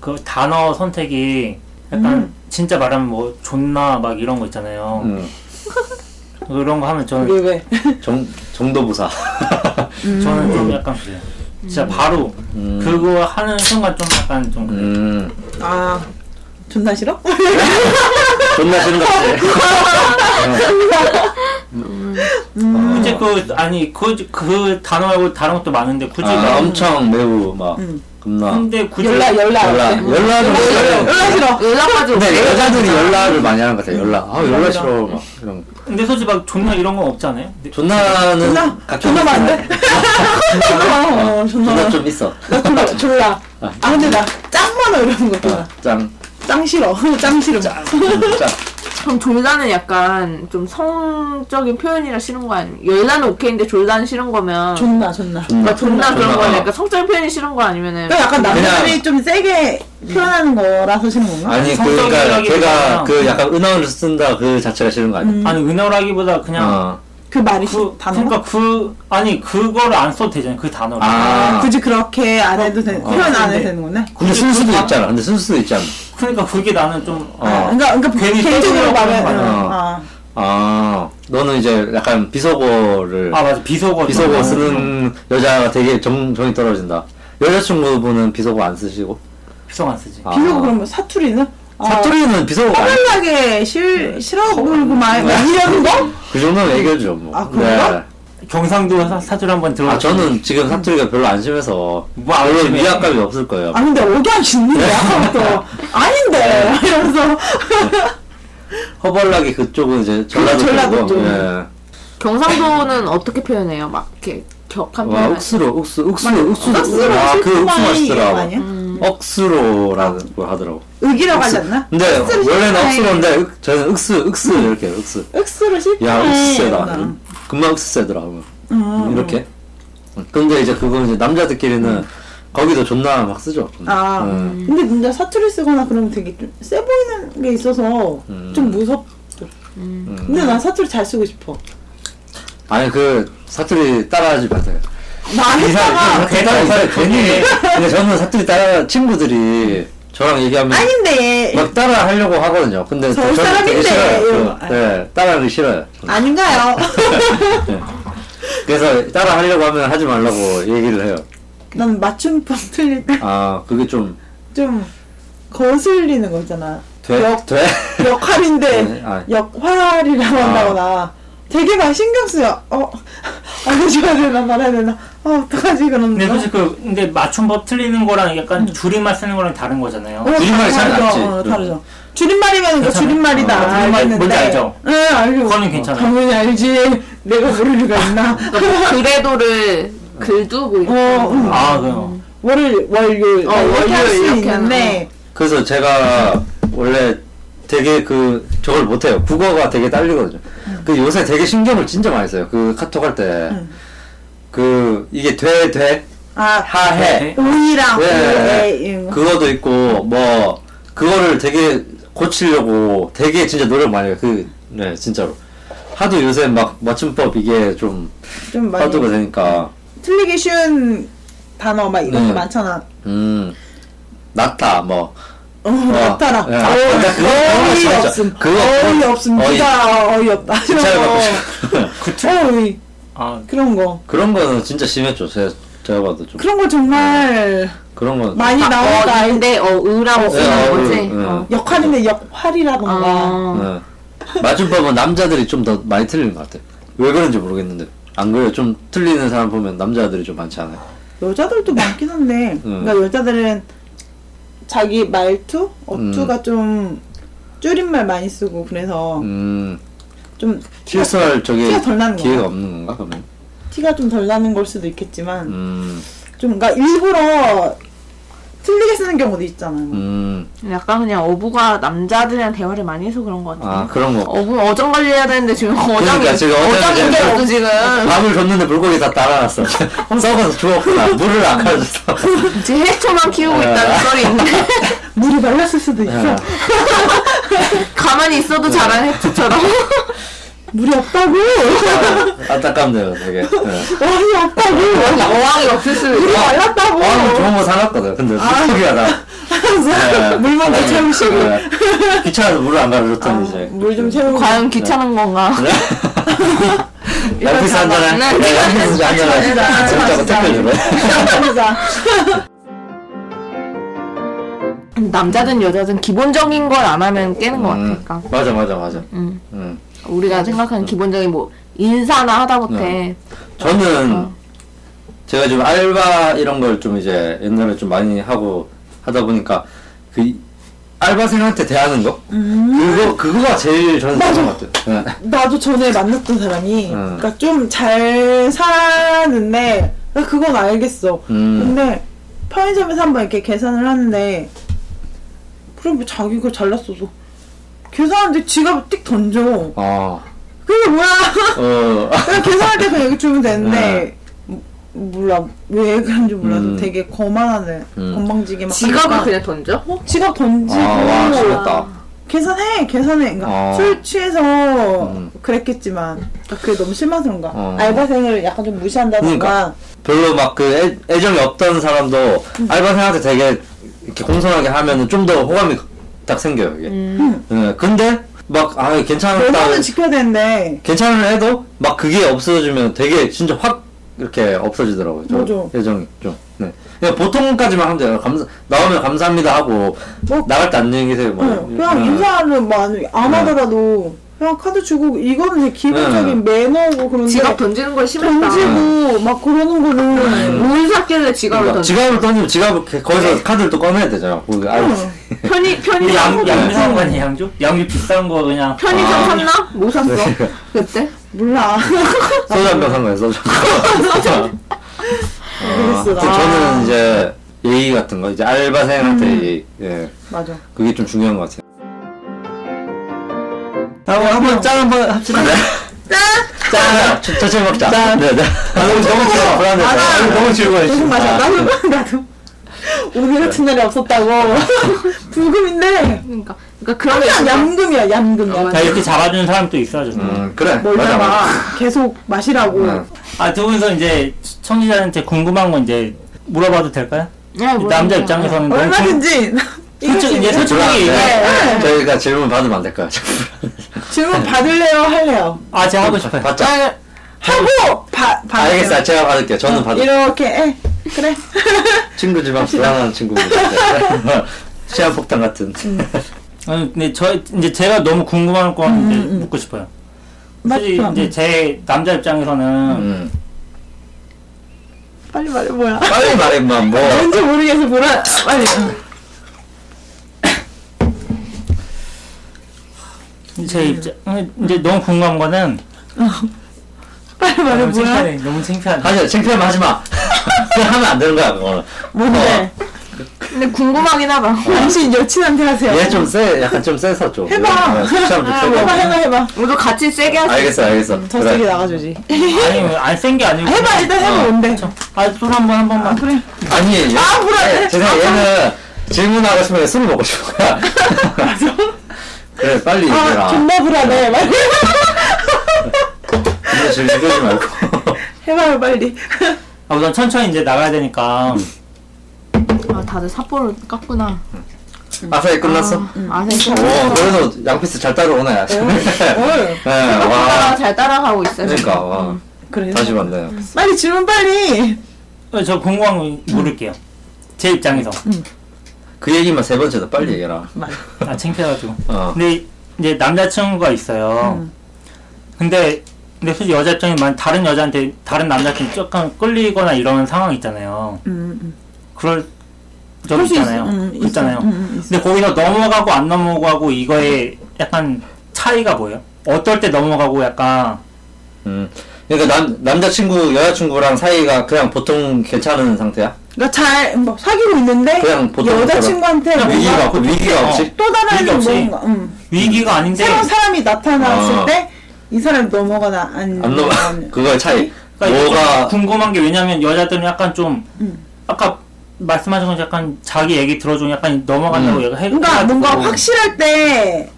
Speaker 5: 그 단어 선택이 약간 진짜 말하면 뭐 존나 막 이런 거 있잖아요.
Speaker 4: 음,
Speaker 5: 그런 거 하면 저는
Speaker 2: 그게 왜?
Speaker 4: 정 정도부사.
Speaker 5: 저는 좀 약간 그래요. 진짜 바로
Speaker 4: 음.
Speaker 5: 그거 하는 순간 좀 약간 좀 그래요.
Speaker 4: 음,
Speaker 2: 아 존나 싫어?
Speaker 4: 아, 존나 싫은 것
Speaker 2: 어,
Speaker 4: 같아. 음.
Speaker 5: 굳이 그 아니 굳이 그 단어 말고 다른 것도 많은데 굳이
Speaker 4: 아,
Speaker 5: 막-
Speaker 4: 엄청 매우 막
Speaker 2: 음.
Speaker 4: 겁나.
Speaker 5: 근데 굳이
Speaker 2: 열라 열라.
Speaker 4: 연락 연락을 못 해요.
Speaker 2: 열라 싫어.
Speaker 3: 연락하지
Speaker 4: 근데
Speaker 3: 못해.
Speaker 4: 여자들이 연락을 많이 하는 것 같아요. 연락. 아 연락 싫어 막 이런. 거.
Speaker 5: 근데 솔직히 막 존나 이런 건 없잖아요. 근데
Speaker 4: 존나는
Speaker 2: 존나
Speaker 4: 가끔
Speaker 2: 존나
Speaker 4: 있잖아요.
Speaker 2: 많은데? 존나 어, 존나
Speaker 4: 존나 좀 있어.
Speaker 2: 나 졸라 졸라. 아 근데 나 짱 많아 이러는 거 좋아.
Speaker 4: 짱.
Speaker 2: 짱 싫어. 짱 싫어.
Speaker 4: 음, 어. 짱.
Speaker 3: 그럼 졸다는 약간 좀 성적인 표현이라 싫은 거 아니면 열다는 오케이인데 졸다는 싫은 거면
Speaker 2: 존나 존나.
Speaker 3: 그러니까 존나 그런
Speaker 4: 존나.
Speaker 3: 거니까 그러니까 성적인 표현이 싫은 거 아니면은
Speaker 2: 그러니까 약간 남자들이
Speaker 4: 그냥- 음.
Speaker 2: 좀 세게 표현하는 거라서 싫은 건가?
Speaker 4: 아니
Speaker 5: 성적인
Speaker 4: 그러니까
Speaker 5: 연락이구나.
Speaker 4: 걔가 그 약간 은어를 쓴다 그 자체가 싫은 거 아니야?
Speaker 5: 아니 은어라기보다 그냥
Speaker 4: 어.
Speaker 2: 그 말이
Speaker 5: 그
Speaker 2: 그, 단어.
Speaker 5: 그러니까 그 아니 그거를 안 써도 되잖아요. 그 단어를.
Speaker 4: 아.
Speaker 2: 굳이 그렇게 안 해도 되는 표현 안 해도 되는 거네.
Speaker 4: 근데 어. 쓸 수도 있잖아. 근데 쓸 수도 있잖아.
Speaker 5: 그러니까 그게 나는 좀
Speaker 4: 어.
Speaker 2: 아, 그러니까 그러니까
Speaker 5: 괜히
Speaker 2: 개인적으로
Speaker 5: 떠들려고
Speaker 2: 말해.
Speaker 5: 하는
Speaker 4: 거야.
Speaker 2: 아.
Speaker 4: 아, 너는 이제 약간 비속어를
Speaker 5: 아 맞아 비속어
Speaker 4: 비속어
Speaker 5: 좀.
Speaker 4: 쓰는 여자가 되게 정, 정이 떨어진다. 여자친구분은 비속어 안 쓰시고
Speaker 5: 비속어 안 쓰지.
Speaker 4: 아.
Speaker 2: 비교고 그러면 사투리는? 아,
Speaker 4: 사투리는 비속어가 아니,
Speaker 2: 허벌나게 싫 싫어 보이고 말 이런 거?
Speaker 4: 그 정도면 애교죠 뭐.
Speaker 2: 아, 그런가?
Speaker 5: 경상도 사- 사투리 한번 들어.
Speaker 4: 아 저는 지금 사투리가 별로 안 심해서
Speaker 5: 뭐안
Speaker 4: 별로
Speaker 5: 심해.
Speaker 4: 위압감이 없을 거예요.
Speaker 2: 아 근데 어디 안 짓는데 또 아닌데 이러면서
Speaker 4: 허벌나게 그쪽은 이제
Speaker 2: 그건
Speaker 4: 전라도
Speaker 2: 전라도 쪽.
Speaker 4: 쪽이고 예.
Speaker 3: 경상도는 어떻게 표현해요? 막 이렇게 격한
Speaker 2: 네.
Speaker 4: 와
Speaker 3: 표현.
Speaker 4: 억수로 억수 억수 억수
Speaker 2: 억수로
Speaker 4: 아그
Speaker 2: 슬픈
Speaker 4: 억수
Speaker 2: 마음이 이거
Speaker 4: 맛있더라고.
Speaker 2: 아니야?
Speaker 4: 억수로라고 하더라고.
Speaker 2: 의기라고 하지 않나?
Speaker 4: 근데
Speaker 2: 억수로 음.
Speaker 4: 원래는
Speaker 2: 슬픈
Speaker 4: 억수로인데 윽- 저는 억수 억수 이렇게 억수.
Speaker 2: 억수로
Speaker 4: 야 억수
Speaker 2: 싫다.
Speaker 4: 세다. 음. 금방 억수 세더라. 고 음,
Speaker 2: 음.
Speaker 4: 이렇게. 근데 이제 그건 이제 남자들끼리는 거기도 존나 막 쓰죠. 존나.
Speaker 2: 음. 아
Speaker 4: 음.
Speaker 2: 근데 진짜 사투리 쓰거나 그러면 되게 좀 세 보이는 게 있어서 좀 무섭. 근데 난 사투리 잘 쓰고 싶어.
Speaker 4: 아니 그 사투리 따라하지 마세요.
Speaker 2: 나 안 했다가
Speaker 4: 대단한 사람 괜히. 근데 저는 사투리 따라 친구들이 저랑 얘기하면
Speaker 2: 아닌데
Speaker 4: 막 따라 하려고 하거든요. 근데
Speaker 2: 서울
Speaker 4: 저는
Speaker 2: 사람인데,
Speaker 4: 되게
Speaker 2: 예.
Speaker 4: 싫어요.
Speaker 2: 이러고.
Speaker 4: 그, 네, 따라하기 싫어요. 저는.
Speaker 2: 아닌가요?
Speaker 4: 그래서 따라 하려고 하면 하지 말라고 얘기를 해요.
Speaker 2: 난 맞춤법 틀릴
Speaker 4: 아 그게 좀
Speaker 2: 때 좀 거슬리는 거 있잖아.
Speaker 4: 돼?
Speaker 2: 역-
Speaker 4: 돼?
Speaker 2: 역할인데
Speaker 4: 네, 아.
Speaker 2: 역활이라고 한다거나 되게 막 신경 쓰여. 어, 알려줘야 되나 말아야 되나. 아 어떡하지 그런.
Speaker 5: 근데 솔직히 그 근데 맞춤법 틀리는 거랑 약간
Speaker 4: 음.
Speaker 5: 줄임말 쓰는 거랑 다른 거잖아요.
Speaker 4: 줄임말이
Speaker 2: 어,
Speaker 4: 차이
Speaker 2: 다르죠.
Speaker 4: 났지.
Speaker 2: 어, 다르죠. 줄임말이면 그 줄임말이다.
Speaker 5: 어, 줄임말
Speaker 2: 알겠는데.
Speaker 5: 뭔지 알죠?
Speaker 2: 응 알죠.
Speaker 5: 그거는 괜찮아요.
Speaker 2: 당연히 알지. 내가 모를 리가 있나.
Speaker 3: 그러니까 뭐 그래도를 글두고 있고.
Speaker 2: 어, 응.
Speaker 5: 아 그래요.
Speaker 2: 월요일 월요일 네,
Speaker 3: 어, 월요일
Speaker 2: 할수
Speaker 3: 이렇게
Speaker 2: 있는데
Speaker 4: 그래서 제가 원래 되게 그 저걸 못해요. 국어가 되게 딸리거든요.
Speaker 2: 음.
Speaker 4: 그 요새 되게 신경을 진짜 많이 써요. 그 카톡 할 때. 그 이게 돼, 돼,
Speaker 2: 아
Speaker 4: 하, 해.
Speaker 2: 우이랑 우에
Speaker 4: 네.
Speaker 2: 이런 거.
Speaker 4: 그거도 있고 뭐 그거를 되게 고치려고 되게 진짜 노력 많이 해요. 그 네, 진짜로. 하도 요새 막 맞춤법 이게 좀
Speaker 2: 음, 좀 많이
Speaker 4: 그 파도가 되니까
Speaker 2: 틀리기 쉬운 단어 막 이런 거
Speaker 4: 음.
Speaker 2: 많잖아.
Speaker 4: 음 나타 뭐
Speaker 2: 어, 나타라.
Speaker 4: 예.
Speaker 2: 아,
Speaker 4: 근데 그거 그거는
Speaker 2: 어이
Speaker 4: 진짜
Speaker 2: 없음.
Speaker 4: 그거
Speaker 2: 어이 없음.
Speaker 4: 어이.
Speaker 2: 네가 어이 없다.
Speaker 4: 진짜
Speaker 2: 이런 거.
Speaker 5: 그 트...
Speaker 2: 어이
Speaker 5: 아,
Speaker 2: 그런 거.
Speaker 4: 그런 거는 진짜 심했죠 제가 제가 봐도 좀
Speaker 2: 그런 거 정말
Speaker 4: 그런 거는
Speaker 2: 많이 나오니까
Speaker 3: 어,
Speaker 2: 아이-
Speaker 3: 근데 어, 의라고
Speaker 4: 예, 어,
Speaker 3: 쓰는 거지.
Speaker 4: 예.
Speaker 3: 어.
Speaker 2: 역할인데 역할이라던가.
Speaker 3: 아.
Speaker 4: 네. 맞춤법은 남자들이 좀 더 많이 틀리는 것 같아요. 왜 그런지 모르겠는데. 안 그래요? 좀 틀리는 사람 보면 남자들이 좀 많지 않아요?
Speaker 2: 여자들도 많긴 한데,
Speaker 4: 음.
Speaker 2: 그러니까 여자들은 자기 말투, 어투가 좀 줄임말 많이 쓰고 그래서
Speaker 4: 음,
Speaker 2: 좀 티가,
Speaker 4: 실수할 저기
Speaker 2: 티가 덜 나는
Speaker 4: 기회가
Speaker 2: 거야.
Speaker 4: 없는 건가, 그러면?
Speaker 2: 티가 좀 덜 나는 걸 수도 있겠지만
Speaker 4: 음,
Speaker 2: 좀 그러니까 일부러 틀리게 쓰는 경우도 있잖아요.
Speaker 4: 음,
Speaker 3: 약간 그냥 어부가 남자들이랑 대화를 많이 해서 그런 것 같아요.
Speaker 4: 아, 그런 거.
Speaker 3: 어부 어정 관리해야 되는데 지금 어정이
Speaker 4: 그러니까 지금 어정이
Speaker 3: 어정인데
Speaker 4: 지금-
Speaker 3: 없어 지금.
Speaker 4: 밥을 줬는데 물고기 다 따라놨어. 썩어서 죽었구나. 물을 안 가졌어.
Speaker 3: 이제 해초만 키우고
Speaker 4: 아.
Speaker 3: 있다는 썰이 있는데
Speaker 2: 물이 말랐을 수도 있어.
Speaker 3: 가만히 있어도
Speaker 4: 네.
Speaker 3: 자란 해초처럼.
Speaker 2: 물이 없다고.
Speaker 4: 안타깝네요, 되게. 네.
Speaker 2: 어이 없다고.
Speaker 3: 어항이 없을 수도
Speaker 2: 물이
Speaker 3: 있어.
Speaker 2: 말랐다고.
Speaker 4: 아, 좋은 거 사놨거든. 근데 물고기가 나. 네.
Speaker 2: 물만 더
Speaker 4: 아니,
Speaker 2: 채우시고.
Speaker 4: 네. 귀찮아서 물을 안 가졌더니 이제.
Speaker 2: 물 좀 채우고.
Speaker 3: 과연 귀찮은
Speaker 4: 네.
Speaker 3: 건가?
Speaker 4: 랩피스 한
Speaker 3: 네.
Speaker 4: 잔해. 랩피스 한 잔해.
Speaker 2: 마시자.
Speaker 4: 진짜로 택배 주래.
Speaker 2: 감사합니다.
Speaker 3: 남자든 여자든 기본적인 걸 안 하면 깨는 것
Speaker 4: 음,
Speaker 3: 같으니까.
Speaker 4: 맞아, 맞아, 맞아.
Speaker 3: 그러니까. 음.
Speaker 4: 음.
Speaker 3: 우리가 생각하는 기본적인 뭐 인사나 하다못해
Speaker 4: 저는
Speaker 3: 어.
Speaker 4: 제가 좀 알바 이런 걸 좀 이제 옛날에 좀 많이 하고 하다 보니까 그 알바생한테 대하는 거? 그거, 그거가 제일 저는 좋은 것 같아요. 네.
Speaker 2: 나도 전에 만났던 사람이,
Speaker 4: 음.
Speaker 2: 그러니까 좀 잘 사는데, 나 그건 알겠어.
Speaker 4: 음.
Speaker 2: 근데 편의점에서 한번 이렇게 계산을 하는데, 그럼 뭐 자기가 잘났어서 계산하는데 지갑을 띡 던져.
Speaker 4: 어,
Speaker 2: 그게 뭐야?
Speaker 4: 어,
Speaker 2: 그냥 계산할 때 그냥 여기 주면 되는데. 모- 몰라 왜 그런지 몰라서
Speaker 4: 네. 음.
Speaker 2: 되게 거만하네
Speaker 4: 음.
Speaker 2: 건방지게 막
Speaker 3: 지갑을
Speaker 2: 하니까.
Speaker 3: 그냥 던져?
Speaker 2: 어? 지갑 던지고
Speaker 4: 아, 와, 죽었다.
Speaker 2: 계산해, 계산해. 그러니까
Speaker 4: 어.
Speaker 2: 술 취해서
Speaker 4: 음.
Speaker 2: 그랬겠지만 그러니까 그게 너무 심해서 그런가.
Speaker 4: 어. 그러니까.
Speaker 2: 알바생을 약간 좀 무시한다던가.
Speaker 4: 별로 막 그 애정이 없던 사람도
Speaker 2: 음.
Speaker 4: 알바생한테 되게 이렇게 공손하게 하면은 좀 더 호감이 딱 생겨요, 이게.
Speaker 2: 음.
Speaker 4: 네, 근데 막, 아, 괜찮았다.
Speaker 2: 면허는 지켜야 되는데
Speaker 4: 괜찮은 애도 막 그게 없어지면 되게 진짜 확 이렇게 없어지더라고요. 저
Speaker 2: 맞아.
Speaker 4: 예정이 좀. 네. 그냥 보통까지만 하면 돼요. 감사, 나오면 감사합니다 하고
Speaker 2: 뭐-
Speaker 4: 나갈 때 안녕히 계세요. 뭐.
Speaker 2: 응, 그냥
Speaker 4: 네.
Speaker 2: 인사를 뭐안 안
Speaker 4: 네.
Speaker 2: 하더라도 그냥 카드 주고 이거는 되게
Speaker 4: 음.
Speaker 2: 기본적인 매너고 그런데
Speaker 3: 지갑 던지는 걸 심했다
Speaker 2: 던지고 막 그러는
Speaker 4: 음.
Speaker 2: 거는
Speaker 3: 뭘 샀길래 지갑을
Speaker 4: 그러니까
Speaker 3: 던져
Speaker 4: 지갑을 던지면 지갑을 게- 거기서
Speaker 2: 네.
Speaker 4: 카드를 또 꺼내야 되잖아. 그 알-
Speaker 2: 어.
Speaker 3: 편의,
Speaker 5: 이
Speaker 3: 편의점
Speaker 5: 그 양,
Speaker 4: 양주
Speaker 5: 양주 아니야, 양주? 양주 비싼 거 그냥.
Speaker 3: 편의점 샀나? 뭐 샀어? 그때?
Speaker 2: 몰라
Speaker 4: 음. 소주 한병 산 거예요. 소주. 한 병.
Speaker 2: 모르겠어
Speaker 4: 근데
Speaker 2: 나
Speaker 4: 아, 저는 이제 예의 같은 거 이제 알바생한테 예의. 예.
Speaker 2: 맞아
Speaker 4: 그게 좀 중요한 것 같아요. 아, 한번 짠 한번 합시다. 네. 짠! 짠! 천천히 먹자. 짠! 네, 네. 아, 너무, 너무 즐거워. 불안해. 아, 너무 즐거워.
Speaker 2: 계속 마셔
Speaker 4: 네.
Speaker 2: 나도 나도 오늘 같은 날이 없었다고 불금인데
Speaker 4: 음.
Speaker 3: 그러니까 그러니까 그런 게
Speaker 2: 항상
Speaker 3: 있어.
Speaker 2: 얌금이야 얌금 얌금
Speaker 5: 나 이렇게 잡아주는 사람도 있어야죠.
Speaker 4: 음, 그래.
Speaker 2: 뭘
Speaker 4: 맞아,
Speaker 2: 잡아
Speaker 4: 맞아.
Speaker 2: 뭐
Speaker 4: 음,
Speaker 2: 계속 마시라고
Speaker 4: 응.
Speaker 5: 아, 두 분서 이제 청취자한테 궁금한 거 이제 물어봐도 될까요?
Speaker 3: 네, 뭐
Speaker 5: 남자
Speaker 3: 그냥.
Speaker 5: 입장에서는 너무 궁-
Speaker 2: 얼마든지
Speaker 5: 솔직히 이제
Speaker 2: 이거지.
Speaker 5: 솔직히
Speaker 4: 네.
Speaker 5: 얘기해.
Speaker 4: 저희가 질문 받으면 안 될까요?
Speaker 2: 질문 받을래요 할래요
Speaker 5: 아, 제가 하고 싶어요.
Speaker 4: 받자.
Speaker 2: 하고 바, 받
Speaker 4: 알겠어요. 제가 받을게요. 저는 받을
Speaker 2: 이렇게 해. 그래
Speaker 4: 친구지만 불안한 친구입니다. 시한폭탄 같은.
Speaker 5: 아니, 어, 근데 저 이제 제가 너무 궁금한 거
Speaker 4: 음,
Speaker 5: 이제 묻고 싶어요. 사실
Speaker 2: 맞죠?
Speaker 5: 이제 제 남자 입장에서는
Speaker 4: 음.
Speaker 2: 빨리 말해 뭐야
Speaker 4: 빨리 말해, 임마. 뭐.
Speaker 2: 뭔지 모르겠어 뭐라 빨리 네.
Speaker 5: 제 입장 음, 이제 너무 궁금한 거는
Speaker 2: 빨리 말해
Speaker 5: 너무
Speaker 2: 뭐야
Speaker 5: 창피하네. 너무 창피하네.
Speaker 4: 하지 마. 창피하면 하지 마. 그냥 하면 안 되는 거야, 그거는. 어.
Speaker 2: 뭔데
Speaker 3: 근데 궁금하긴 하다
Speaker 2: 당신 여친한테 하세요
Speaker 4: 얘 좀 세, 약간 좀 세서 좀.
Speaker 2: 해봐. 아,
Speaker 4: 네, 시합 네, 좀 세게.
Speaker 2: 해봐 해봐 해봐
Speaker 3: 우리도 같이 세게 하자
Speaker 4: 알겠어, 알겠어.
Speaker 2: 더 세게 나가주지
Speaker 5: 아니 뭐, 안센게 아니고
Speaker 2: 해봐 일단 해봐 뭔데
Speaker 5: 아술한번한 번만
Speaker 2: 그래
Speaker 4: 아니, 얘,
Speaker 2: 아, 불안해.
Speaker 4: 예, 죄송해요. 얘는 질문하고 싶으면 술 먹고 싶은 거야. 그래, 빨리 얘기해라.
Speaker 2: 아 존나 불안해 빨리
Speaker 4: 너무 즐기지 말고.
Speaker 2: 해봐요 빨리.
Speaker 5: 아, 우선 천천히 이제 나가야
Speaker 2: 음.
Speaker 5: 되니까.
Speaker 3: 아, 다들 삿포로 깠구나.
Speaker 4: 아사히 끝났어?
Speaker 3: 아,
Speaker 4: 오,
Speaker 3: 진짜.
Speaker 4: 그래서 양피스 잘 따라오네.
Speaker 2: 어,
Speaker 4: 네, 와.
Speaker 3: 잘 따라가고 있어요.
Speaker 4: 그러니까, 와.
Speaker 2: 그래요?
Speaker 4: 다시 만나요.
Speaker 2: 빨리 질문 빨리.
Speaker 5: 어, 저 궁금한 거 물을게요. 제 입장에서.
Speaker 4: 그 얘기만 세 번째다.
Speaker 2: 음.
Speaker 4: 빨리 얘기해라.
Speaker 5: 아, 창피해가지고.
Speaker 4: 어.
Speaker 5: 근데 이제 남자친구가 있어요.
Speaker 2: 음.
Speaker 5: 근데 근데 솔직히 여자 입장이면 다른 여자한테 다른 남자친구 조금 끌리거나 이런 상황 있잖아요.
Speaker 2: 음,
Speaker 5: 그럴 적
Speaker 2: 그럴 수 있-
Speaker 5: 있잖아요.
Speaker 2: 음, 있어.
Speaker 5: 있잖아요.
Speaker 2: 음, 음, 있어.
Speaker 5: 근데 거기서 넘어가고 안 넘어가고 이거에 약간 차이가 뭐예요? 어떨 때 넘어가고 약간
Speaker 4: 음. 그러니까 남, 남자친구, 여자친구랑 사이가 그냥 보통 괜찮은 상태야?
Speaker 2: 그러니까 잘뭐 사귀고 있는데
Speaker 4: 그냥 보통
Speaker 2: 여자친구한테
Speaker 5: 그냥
Speaker 2: 뭔가 어.
Speaker 4: 위기가 없고, 위기가 없이.
Speaker 2: 또
Speaker 5: 위기
Speaker 2: 다른
Speaker 5: 없이.
Speaker 2: 뭔가 음.
Speaker 5: 위기가 아닌데
Speaker 2: 새로운 사람이 나타났을
Speaker 4: 아.
Speaker 2: 때 이 사람이 넘어가나 안,
Speaker 4: 안 넘어.
Speaker 2: 넘어가는.
Speaker 4: 그거의 차이.
Speaker 5: 그러니까 이게 좀
Speaker 4: 뭐가,
Speaker 5: 궁금한 게 왜냐면 여자들은 약간 좀
Speaker 2: 음.
Speaker 5: 아까 말씀하신 것 약간 자기 얘기 들어주면 약간 넘어간다고
Speaker 4: 음.
Speaker 5: 얘가 해
Speaker 2: 뭔가 뭔가
Speaker 5: 해가지고.
Speaker 2: 확실할 때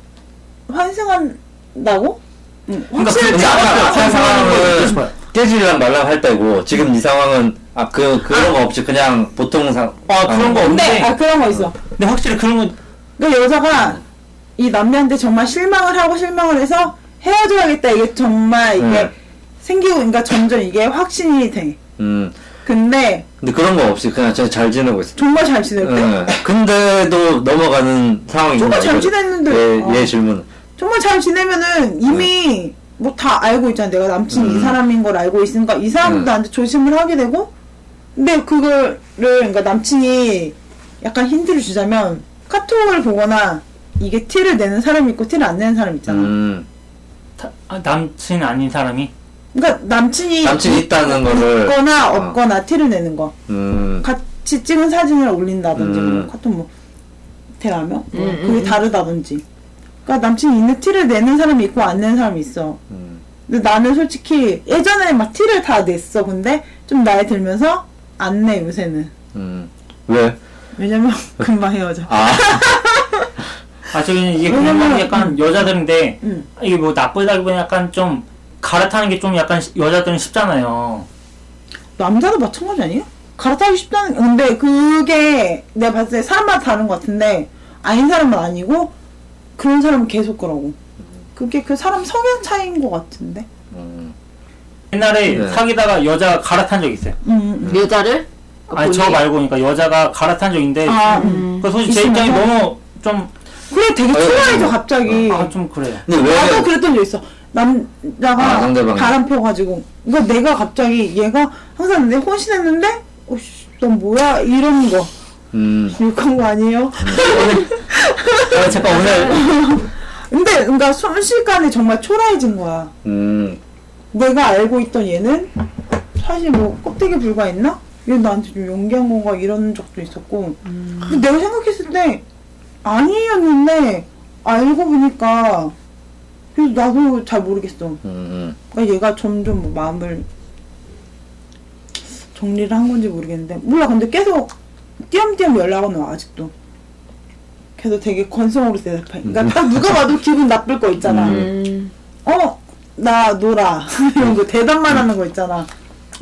Speaker 2: 환승한다고? 응. 확실할 때
Speaker 4: 근데 아까
Speaker 2: 알아요.
Speaker 4: 그 상황은
Speaker 5: 그러니까
Speaker 4: 깨질랑 말랑 할 때고, 지금 이 상황은, 아, 그, 그런 거 없이 그냥 보통 상.
Speaker 5: 아, 그런 거 없-
Speaker 2: 근데
Speaker 5: 근데-
Speaker 2: 아 그런 거 있어.
Speaker 5: 근데 확실히 그런 건
Speaker 2: 그 여자가 이 남자한테 정말 실망을 하고 실망을 해서 헤어져야겠다 이게 정말 이게
Speaker 4: 네.
Speaker 2: 생기고 그러니까 점점 이게 확신이 돼.
Speaker 4: 음.
Speaker 2: 근데
Speaker 4: 근데 그런 거 없이 그냥 진짜 잘 지내고 있어.
Speaker 2: 정말 잘 지낼 때
Speaker 4: 예. 근데도 넘어가는 상황이
Speaker 2: 정말 잘 지냈는데.
Speaker 4: 예,
Speaker 2: 어.
Speaker 4: 예 질문
Speaker 2: 정말 잘 지내면은 이미 뭐 다 알고 있잖아. 내가 남친이 이
Speaker 4: 음.
Speaker 2: 사람인 걸 알고 있으니까 이 사람도
Speaker 4: 음.
Speaker 2: 나한테 조심을 하게 되고 근데 그거를 그러니까 남친이 약간 힌트를 주자면 카톡을 보거나 이게 티를 내는 사람이 있고 티를 안 내는 사람이 있잖아.
Speaker 4: 음,
Speaker 5: 다- 아, 남친 아닌 사람이
Speaker 2: 그러니까 남친이
Speaker 4: 남친 있다는 거를
Speaker 2: 있거나
Speaker 4: 어.
Speaker 2: 없거나 티를 내는 거.
Speaker 4: 음,
Speaker 2: 같이 찍은 사진을 올린다든지
Speaker 4: 음.
Speaker 2: 뭐 카톡 뭐 대화하면 뭐
Speaker 3: 음,
Speaker 2: 그게
Speaker 3: 음.
Speaker 2: 다르다든지. 그러니까 남친이 있는 티를 내는 사람이 있고 안 내는 사람이 있어.
Speaker 4: 음,
Speaker 2: 근데 나는 솔직히 예전에 막 티를 다 냈어. 근데 좀 나이 들면서 안 내 요새는.
Speaker 4: 음. 왜?
Speaker 2: 왜냐면 금방 헤어져.
Speaker 4: 아,
Speaker 5: 아 저기 이게
Speaker 2: 왜냐면,
Speaker 5: 궁금한 게 약간 여자들인데
Speaker 2: 음.
Speaker 5: 이게 뭐 나쁘다기보다 약간 좀 갈아타는 게 좀 약간 시- 여자들은 쉽잖아요.
Speaker 2: 남자도 마찬가지 아니에요? 갈아타기 쉽다는 근데 그게 내가 봤을 때 사람마다 다른 것 같은데 아닌 사람은 아니고 그런 사람은 계속 그러고. 그게 그 사람 성향 차이인 것 같은데.
Speaker 4: 음,
Speaker 5: 옛날에
Speaker 4: 네.
Speaker 5: 사귀다가 여자가 갈아탄 적 있어요.
Speaker 2: 음.
Speaker 3: 여자를?
Speaker 5: 아니 저
Speaker 3: 본인이-
Speaker 5: 말고 그러니까 여자가 갈아탄 적 있는데
Speaker 2: 아, 음.
Speaker 5: 그 솔직히 제
Speaker 2: 있으면서?
Speaker 5: 입장이 너무 좀 아 좀
Speaker 2: 그래 되게
Speaker 4: 아유,
Speaker 2: 추가해져
Speaker 4: 아유.
Speaker 2: 갑자기.
Speaker 5: 그래요.
Speaker 4: 근데 왜?
Speaker 2: 나도 그랬던 적 있어. 남자가
Speaker 4: 아, 상대방이.
Speaker 2: 바람 펴가지고 이거 내가 갑자기 얘가 항상 내 혼신했는데 오씨 넌 뭐야 이런 거
Speaker 4: 음,
Speaker 2: 욕한 거 아니에요?
Speaker 5: 아, 잠깐 오늘
Speaker 2: 근데 그러니까 순식간에 정말 초라해진 거야.
Speaker 4: 음,
Speaker 2: 내가 알고 있던 얘는 사실 뭐 껍데기 불과했나? 얘 나한테 좀 연기한 건가 이런 적도 있었고 근데 내가 생각했을 때 아니었는데 알고 보니까 그래서 나도 잘 모르겠어.
Speaker 4: 음, 음.
Speaker 2: 그러니까 얘가 점점 뭐 마음을 정리를 한 건지 모르겠는데 몰라 근데 계속 띄엄띄엄 연락은 와 아직도 그래서 되게 건성으로 대답해 그러니까 딱 누가 봐도 기분 나쁠 거 있잖아
Speaker 3: 음.
Speaker 2: 어 나 놀아 이런 거 대답만 하는 거 있잖아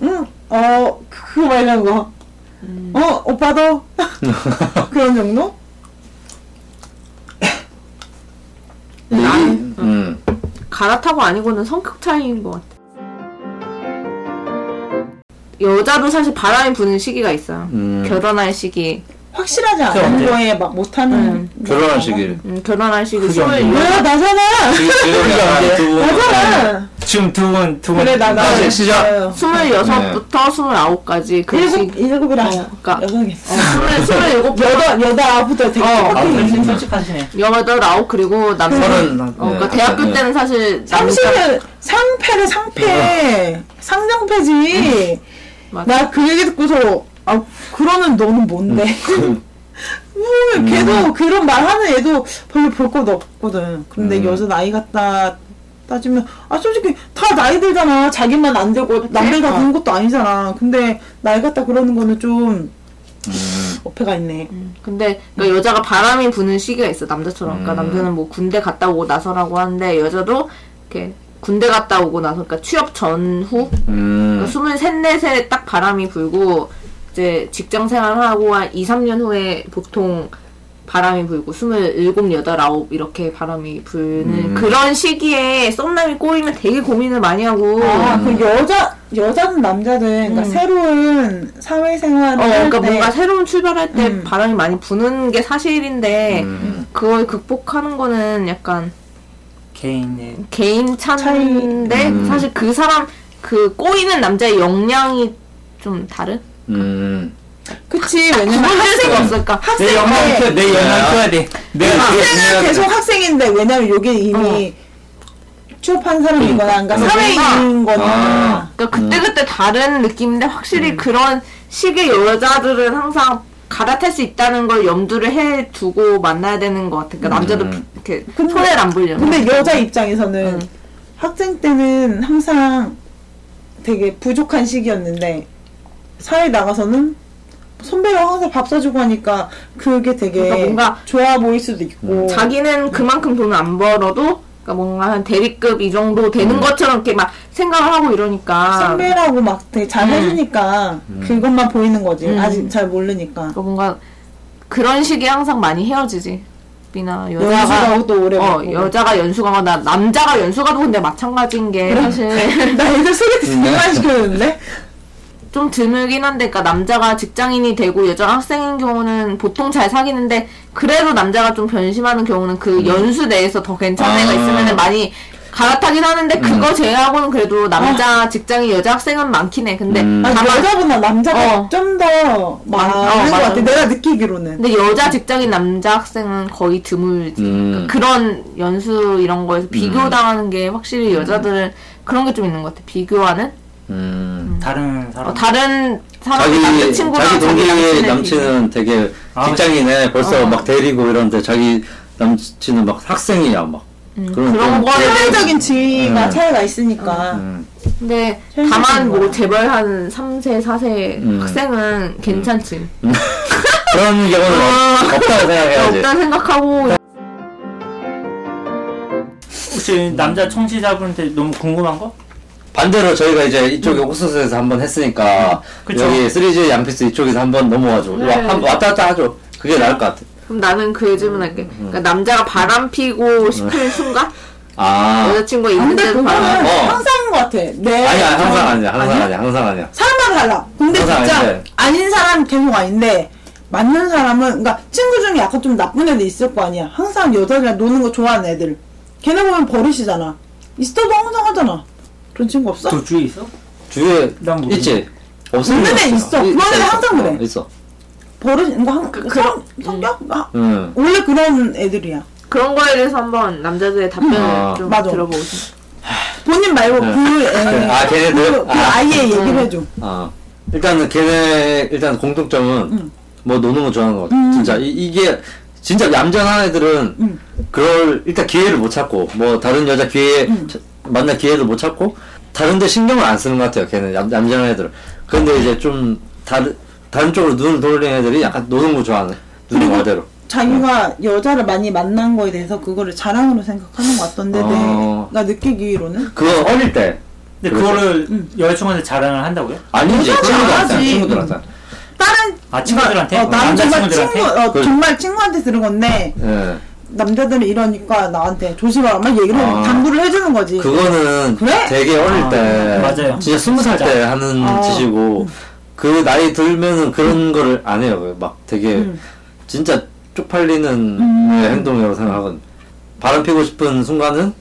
Speaker 2: 응어 그거 말 이런 거어 오빠도 그런 정도
Speaker 3: 나는
Speaker 4: 음.
Speaker 3: 갈아타고 아니고는 성격 차이인 것 같아. 여자도 사실 바람이 부는 시기가 있어요.
Speaker 4: 음.
Speaker 3: 결혼할 시기.
Speaker 2: 확실하지
Speaker 5: 그게
Speaker 2: 않은
Speaker 5: 언제?
Speaker 2: 거에 막 못하는
Speaker 4: 결혼한 시기를.
Speaker 3: 음, 결혼할 시기
Speaker 5: 그게 언제?
Speaker 3: 26.
Speaker 2: 뭐야 나잖아
Speaker 4: 지금 지금 약간 두 분.
Speaker 2: 나잖아
Speaker 5: 지금 두 분 두 분.
Speaker 2: 그래 나 네. 나.
Speaker 4: 다시 시작.
Speaker 3: 26부터 29까지 그
Speaker 2: 일곱
Speaker 3: 시기.
Speaker 2: 일곱이라
Speaker 3: 어, 그러니까.
Speaker 2: 여성이
Speaker 3: 어, 27,
Speaker 2: 여덟 여덟 아부터 되게
Speaker 3: 어,
Speaker 5: 아,
Speaker 2: 빡빡해.
Speaker 5: 근데 좀 솔직하시네.
Speaker 3: 28, 9 그리고 남성.
Speaker 4: 서른.
Speaker 3: 어, 그러니까
Speaker 4: 네,
Speaker 3: 대학교
Speaker 4: 네.
Speaker 3: 때는 사실 남자
Speaker 2: 상실은 상패래
Speaker 3: 어.
Speaker 2: 상패 상장패지
Speaker 3: 맞아.
Speaker 4: 네.
Speaker 2: 나 그 얘기 듣고서 아 그러는 너는 뭔데 뭘
Speaker 3: 음.
Speaker 2: 걔도 그런 말 하는 애도 별로 볼 것도 없거든 근데
Speaker 4: 음.
Speaker 2: 여자 나이 같다 따지면 아 솔직히 다 나이 들잖아 자기만 안 되고 남들 다
Speaker 3: 어.
Speaker 2: 그런 것도 아니잖아 근데 나이 같다 그러는 거는 좀
Speaker 4: 음,
Speaker 2: 어폐가 있네
Speaker 3: 근데 그러니까 여자가 바람이 부는 시기가 있어 남자처럼. 그러니까
Speaker 4: 음.
Speaker 3: 남자는 뭐 군대 갔다 오고 나서라고 하는데 여자도 이렇게 군대 갔다 오고 나서 그러니까 취업 전후
Speaker 4: 음.
Speaker 3: 그러니까 23, 4에 딱 바람이 불고 이제 직장 생활하고 한 2, 3년 후에 보통 바람이 불고 27, 8, 9 이렇게 바람이 불는
Speaker 4: 음.
Speaker 3: 그런 시기에 썸남이 꼬이면 되게 고민을 많이 하고
Speaker 2: 아, 그 여자 여자든 남자든 그러니까
Speaker 3: 음.
Speaker 2: 새로운 사회생활을
Speaker 3: 어,
Speaker 2: 할
Speaker 3: 그러니까
Speaker 2: 때
Speaker 3: 뭔가 새로운 출발할 때
Speaker 2: 음.
Speaker 3: 바람이 많이 부는 게 사실인데
Speaker 4: 음.
Speaker 3: 그걸 극복하는 거는 약간
Speaker 5: 개인의
Speaker 3: 개인 차인데
Speaker 4: 차이. 음.
Speaker 3: 사실 그 사람 그 꼬이는 남자의 역량이 좀 다른?
Speaker 4: 음.
Speaker 2: 그치
Speaker 3: 그걸
Speaker 2: 왜냐면
Speaker 3: 할 수가 그러니까, 없을까?
Speaker 5: 내 영향
Speaker 2: 학생인데
Speaker 5: 켜내
Speaker 4: 네.
Speaker 5: 영향 켜야 돼.
Speaker 4: 내가
Speaker 2: 학생은 네. 계속 학생인데 왜냐면 요게 이미
Speaker 3: 어.
Speaker 2: 취업한 사람이거나 그러니까
Speaker 4: 음.
Speaker 2: 사회인 거나
Speaker 4: 아.
Speaker 3: 그러니까 그때그때 다른 느낌인데
Speaker 4: 음.
Speaker 3: 확실히 그런 식의 여자들은 항상 갈아탈 수 있다는 걸 염두를 해 두고 만나야 되는 것 같아. 그러니까 남자도
Speaker 4: 음.
Speaker 3: 이렇게
Speaker 2: 근데-
Speaker 3: 손해를 안 보려면.
Speaker 2: 근데 여자 입장에서는
Speaker 3: 음.
Speaker 2: 학생 때는 항상 되게 부족한 시기였는데 사회 나가서는 선배가 항상 밥 사주고 하니까 그게 되게
Speaker 3: 그러니까 뭔가
Speaker 2: 좋아 보일 수도 있고
Speaker 3: 자기는 그만큼 돈을 안 벌어도 그러니까 뭔가 한 대리급 이 정도 되는 것처럼 이렇게 막 생각을 하고 이러니까
Speaker 2: 음. 선배라고 막 되게 잘
Speaker 3: 아. 음.
Speaker 2: 해주니까 그것만 보이는 거지
Speaker 3: 음.
Speaker 2: 아직 잘 모르니까
Speaker 3: 그러니까 뭔가 그런 식이 항상 많이 헤어지지. 미나 여자가
Speaker 2: 연수가 또 오래
Speaker 3: 어
Speaker 2: 받고.
Speaker 3: 여자가 연수가거나 남자가 연수가도 근데 마찬가지인 게 사실
Speaker 2: 나 예전 소개팅 정말 시켰는데
Speaker 3: 좀 드물긴 한데, 그러니까 남자가 직장인이 되고 여자가 학생인 경우는 보통 잘 사귀는데 그래도 남자가 좀 변심하는 경우는 그 연수 내에서 더 괜찮은 애가
Speaker 4: 음. 아. 음.
Speaker 3: 있으면 많이 갈아타긴 하는데 그거 제외하고는 그래도 남자 직장인 여자 학생은 많긴 해. 근데
Speaker 4: 아. 음.
Speaker 2: 아니,
Speaker 3: 다만
Speaker 2: 여자보다 남자가
Speaker 3: 어.
Speaker 2: 좀 더 많은
Speaker 3: 어,
Speaker 2: 것
Speaker 3: 많은
Speaker 2: 같아
Speaker 3: 거.
Speaker 2: 내가 느끼기로는
Speaker 3: 근데 여자 직장인 남자 학생은 거의 드물지.
Speaker 4: 음.
Speaker 3: 그런 연수 이런 거에서 비교당하는 게 확실히 여자들은 그런 게 좀 있는 것 같아. 비교하는
Speaker 4: 음.
Speaker 5: 다른
Speaker 3: 어,
Speaker 5: 사람.
Speaker 3: 다른 사람이
Speaker 4: 자기
Speaker 3: 그 남자친구랑
Speaker 4: 자기 동기
Speaker 3: 남친에
Speaker 4: 남친은 되게
Speaker 5: 아,
Speaker 4: 직장인에 벌써
Speaker 3: 어.
Speaker 4: 막 데리고 이러는데 자기 남친은 막 학생이야 막 그런
Speaker 3: 그런 거에 대해서
Speaker 2: 사회적인 지위가
Speaker 4: 네. 음.
Speaker 2: 차이가 있으니까
Speaker 4: 음.
Speaker 3: 근데
Speaker 2: 현실적인
Speaker 3: 다만 뭐
Speaker 2: 거야.
Speaker 3: 재벌 한 3세, 4세
Speaker 4: 음. 네,
Speaker 3: 학생은 괜찮지.
Speaker 4: 그런 경우는 없- 없다고 생각해야지.
Speaker 3: 없다 생각하고
Speaker 2: 음.
Speaker 4: 네.
Speaker 5: 혹시 남자 청취자분한테 너무 궁금한 거?
Speaker 2: 어?
Speaker 4: 반대로 저희가 이제 이쪽에 옥수수에서 한번 했으니까
Speaker 5: 그쵸.
Speaker 4: 여기 3G 양피스 이쪽에서 한번 넘어와줘.
Speaker 3: 네.
Speaker 4: 와, 한, 왔다 갔다 하죠. 그게 나을 것 같아.
Speaker 3: 그럼 나는 그 질문할게.
Speaker 4: 음.
Speaker 3: 그러니까 남자가 바람 피고 싶은 순간
Speaker 4: 아.
Speaker 3: 여자친구
Speaker 2: 아, 근데
Speaker 3: 있는데도
Speaker 2: 그거는
Speaker 3: 바람.
Speaker 4: 어.
Speaker 2: 항상인 것 같아 내
Speaker 4: 아니야, 항상 아니야. 항상
Speaker 2: 아니야?
Speaker 4: 아니야. 항상 아니야.
Speaker 2: 사람마다 달라. 근데
Speaker 4: 항상
Speaker 2: 진짜
Speaker 4: 아닌데.
Speaker 2: 아닌 사람 계속 아닌데 맞는 사람은 그러니까 친구 중에 약간 좀 나쁜 애들 있을 거 아니야. 항상 여자들이랑 노는 거 좋아하는 애들. 걔네 보면 버릇이잖아. 있어도 항상 하잖아. 그런 친구 없어?
Speaker 5: 너 주위에 있어?
Speaker 4: 주위에
Speaker 5: 난 모르겠네.
Speaker 4: 있지? 없으면
Speaker 2: 있는 애 있어. 그런 애는 항상 그래.
Speaker 4: 있어.
Speaker 2: 버릇, 그러니까 한, 성, 성격? 아,
Speaker 4: 응.
Speaker 2: 원래 그런 애들이야.
Speaker 3: 그런 거에 대해서 한번 남자들의 답변을
Speaker 4: 아.
Speaker 3: 좀
Speaker 2: 맞아.
Speaker 3: 들어보고 싶어.
Speaker 2: 본인 말고
Speaker 4: 네.
Speaker 2: 그 애,
Speaker 4: 아, 걔네들?
Speaker 2: 그, 그
Speaker 4: 아.
Speaker 2: 아. 이의 얘기를 해줘.
Speaker 4: 아. 일단은 걔네, 일단 공통점은 뭐 노는 거 좋아하는 것 같아. 진짜. 이, 이게 진짜 얌전한 애들은
Speaker 2: 음.
Speaker 4: 그럴 일단 기회를 못 찾고 뭐 다른 여자 기회 차- 만날 기회도 못 찾고 다른데 신경을 안 쓰는 것 같아요. 걔는 얌, 얌전한 애들은. 근데 이제 좀 다른 다른 쪽으로 눈을 돌리는 애들이 약간 노는 거 좋아하는 눈을
Speaker 2: 그리고
Speaker 4: 말대로.
Speaker 2: 자기가
Speaker 4: 음.
Speaker 2: 여자를 많이 만난 거에 대해서 그거를 자랑으로 생각하는 것 같던데
Speaker 4: 어.
Speaker 2: 내가 느끼기로는
Speaker 4: 그거 어릴 때
Speaker 5: 근데
Speaker 4: 그렇죠.
Speaker 5: 그거를
Speaker 2: 음.
Speaker 5: 여자친구한테 자랑을 한다고요?
Speaker 4: 아니지
Speaker 2: 여자친구
Speaker 4: 친구들한테
Speaker 2: 하지.
Speaker 4: 친구들한테.
Speaker 2: 다른
Speaker 5: 아 친구들한테?
Speaker 2: 어, 나는
Speaker 5: 남자
Speaker 2: 정말 친구,
Speaker 5: 친구들한테?
Speaker 2: 어,
Speaker 4: 그-
Speaker 2: 정말 친구한테 들은 건데
Speaker 4: 예.
Speaker 2: 남자들은 이러니까 나한테 조심하라 막 얘기를
Speaker 4: 아.
Speaker 2: 당부를 해주는 거지.
Speaker 4: 그거는
Speaker 2: 그래?
Speaker 4: 되게 어릴
Speaker 5: 아,
Speaker 4: 때
Speaker 5: 맞아요.
Speaker 4: 진짜 스무 살 때
Speaker 5: 진짜. 어. 음.
Speaker 4: 하는
Speaker 2: 아.
Speaker 4: 짓이고 그 나이 들면은 그런 거를 안 해요. 막 되게
Speaker 5: 음.
Speaker 4: 진짜 쪽팔리는 행동이라고 생각하거든. 바람 피고 싶은 순간은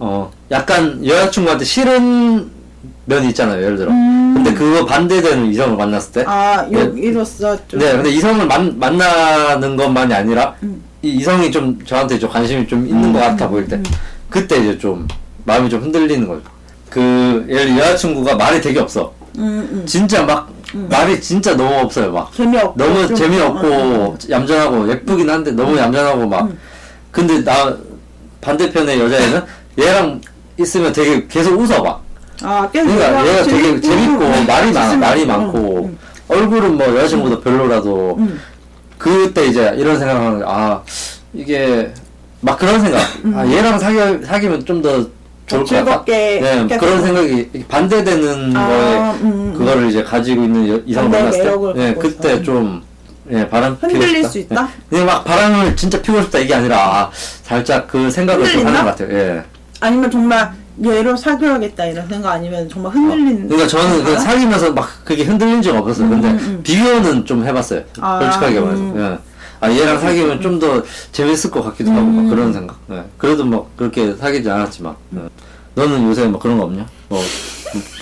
Speaker 4: 어 약간 여자친구한테 싫은 면이 있잖아요. 예를 들어.
Speaker 5: 음.
Speaker 4: 근데 그거 반대되는 이성을 만났을 때
Speaker 2: 아
Speaker 4: 네.
Speaker 2: 여기로서 좀
Speaker 4: 네, 근데 이성을 만, 만나는 것만이 아니라
Speaker 2: 음.
Speaker 4: 이 이성이 좀 저한테 좀 관심이 좀 있는 것 같아 보일
Speaker 2: 음.
Speaker 4: 때 그때 이제 좀 마음이 좀 흔들리는 거죠. 그 예를 들어 여자친구가 말이 되게 없어.
Speaker 2: 음, 음.
Speaker 4: 진짜 막 말이 진짜 너무 없어요. 막
Speaker 2: 재미없고
Speaker 4: 너무
Speaker 2: 좀-
Speaker 4: 재미없고
Speaker 2: 어, 어. 음.
Speaker 4: 얌전하고 예쁘긴 한데 너무 얌전하고 막 근데 나 반대편의 여자애는 얘랑 있으면 되게 계속 웃어 막
Speaker 2: 아 계속
Speaker 4: 그러니까
Speaker 2: 얘기하고 음,
Speaker 4: 얘가 되게 재밌고 말이 많아
Speaker 2: 재밌으면-
Speaker 4: 말이
Speaker 2: 어,
Speaker 4: 많고
Speaker 2: 음.
Speaker 4: 얼굴은 뭐 여자친구보다 별로라도
Speaker 2: 음.
Speaker 4: 그때 이제 이런 생각하는 거야. 아 이게 막 그런 생각 아 얘랑 사귀, 사귀면 좀 더
Speaker 2: 더
Speaker 4: 좋을 것 같다.
Speaker 2: 음. 즐겁게
Speaker 4: 네,
Speaker 2: 계속-
Speaker 4: 그런 생각이 반대되는
Speaker 2: 아,
Speaker 4: 거에
Speaker 2: 음, 음, 음.
Speaker 4: 그거를 이제 가지고 있는 여- 이상
Speaker 2: 반대의
Speaker 4: 만났을 때,
Speaker 2: 매력을
Speaker 4: 예,
Speaker 2: 갖고
Speaker 4: 그때
Speaker 2: 있어.
Speaker 4: 좀 예, 바람 피고
Speaker 2: 흔들릴
Speaker 4: 싶다.
Speaker 2: 수 있다?
Speaker 4: 예. 그냥 막 바람을 진짜 피고 싶다 이게 아니라 아, 살짝 그 생각을 좀 하는
Speaker 2: 흔들린다?
Speaker 4: 것 같아요. 예.
Speaker 2: 아니면 정말 얘로 사귀어야겠다 이런 생각 아니면 정말 흔들리는
Speaker 4: 그러니까 저는 그 사귀면서 막 그게 흔들린 적 없었어요. 근데 비교는 좀 해봤어요.
Speaker 2: 아,
Speaker 4: 솔직하게 말해서.
Speaker 2: 음.
Speaker 4: 예. 아 얘랑 사귀면 좀 더 재밌을 것 같기도 하고 막 그런 생각. 예. 그래도 막 그렇게 사귀지 않았지만. 예. 너는 요새 뭐 그런 거 없냐? 뭐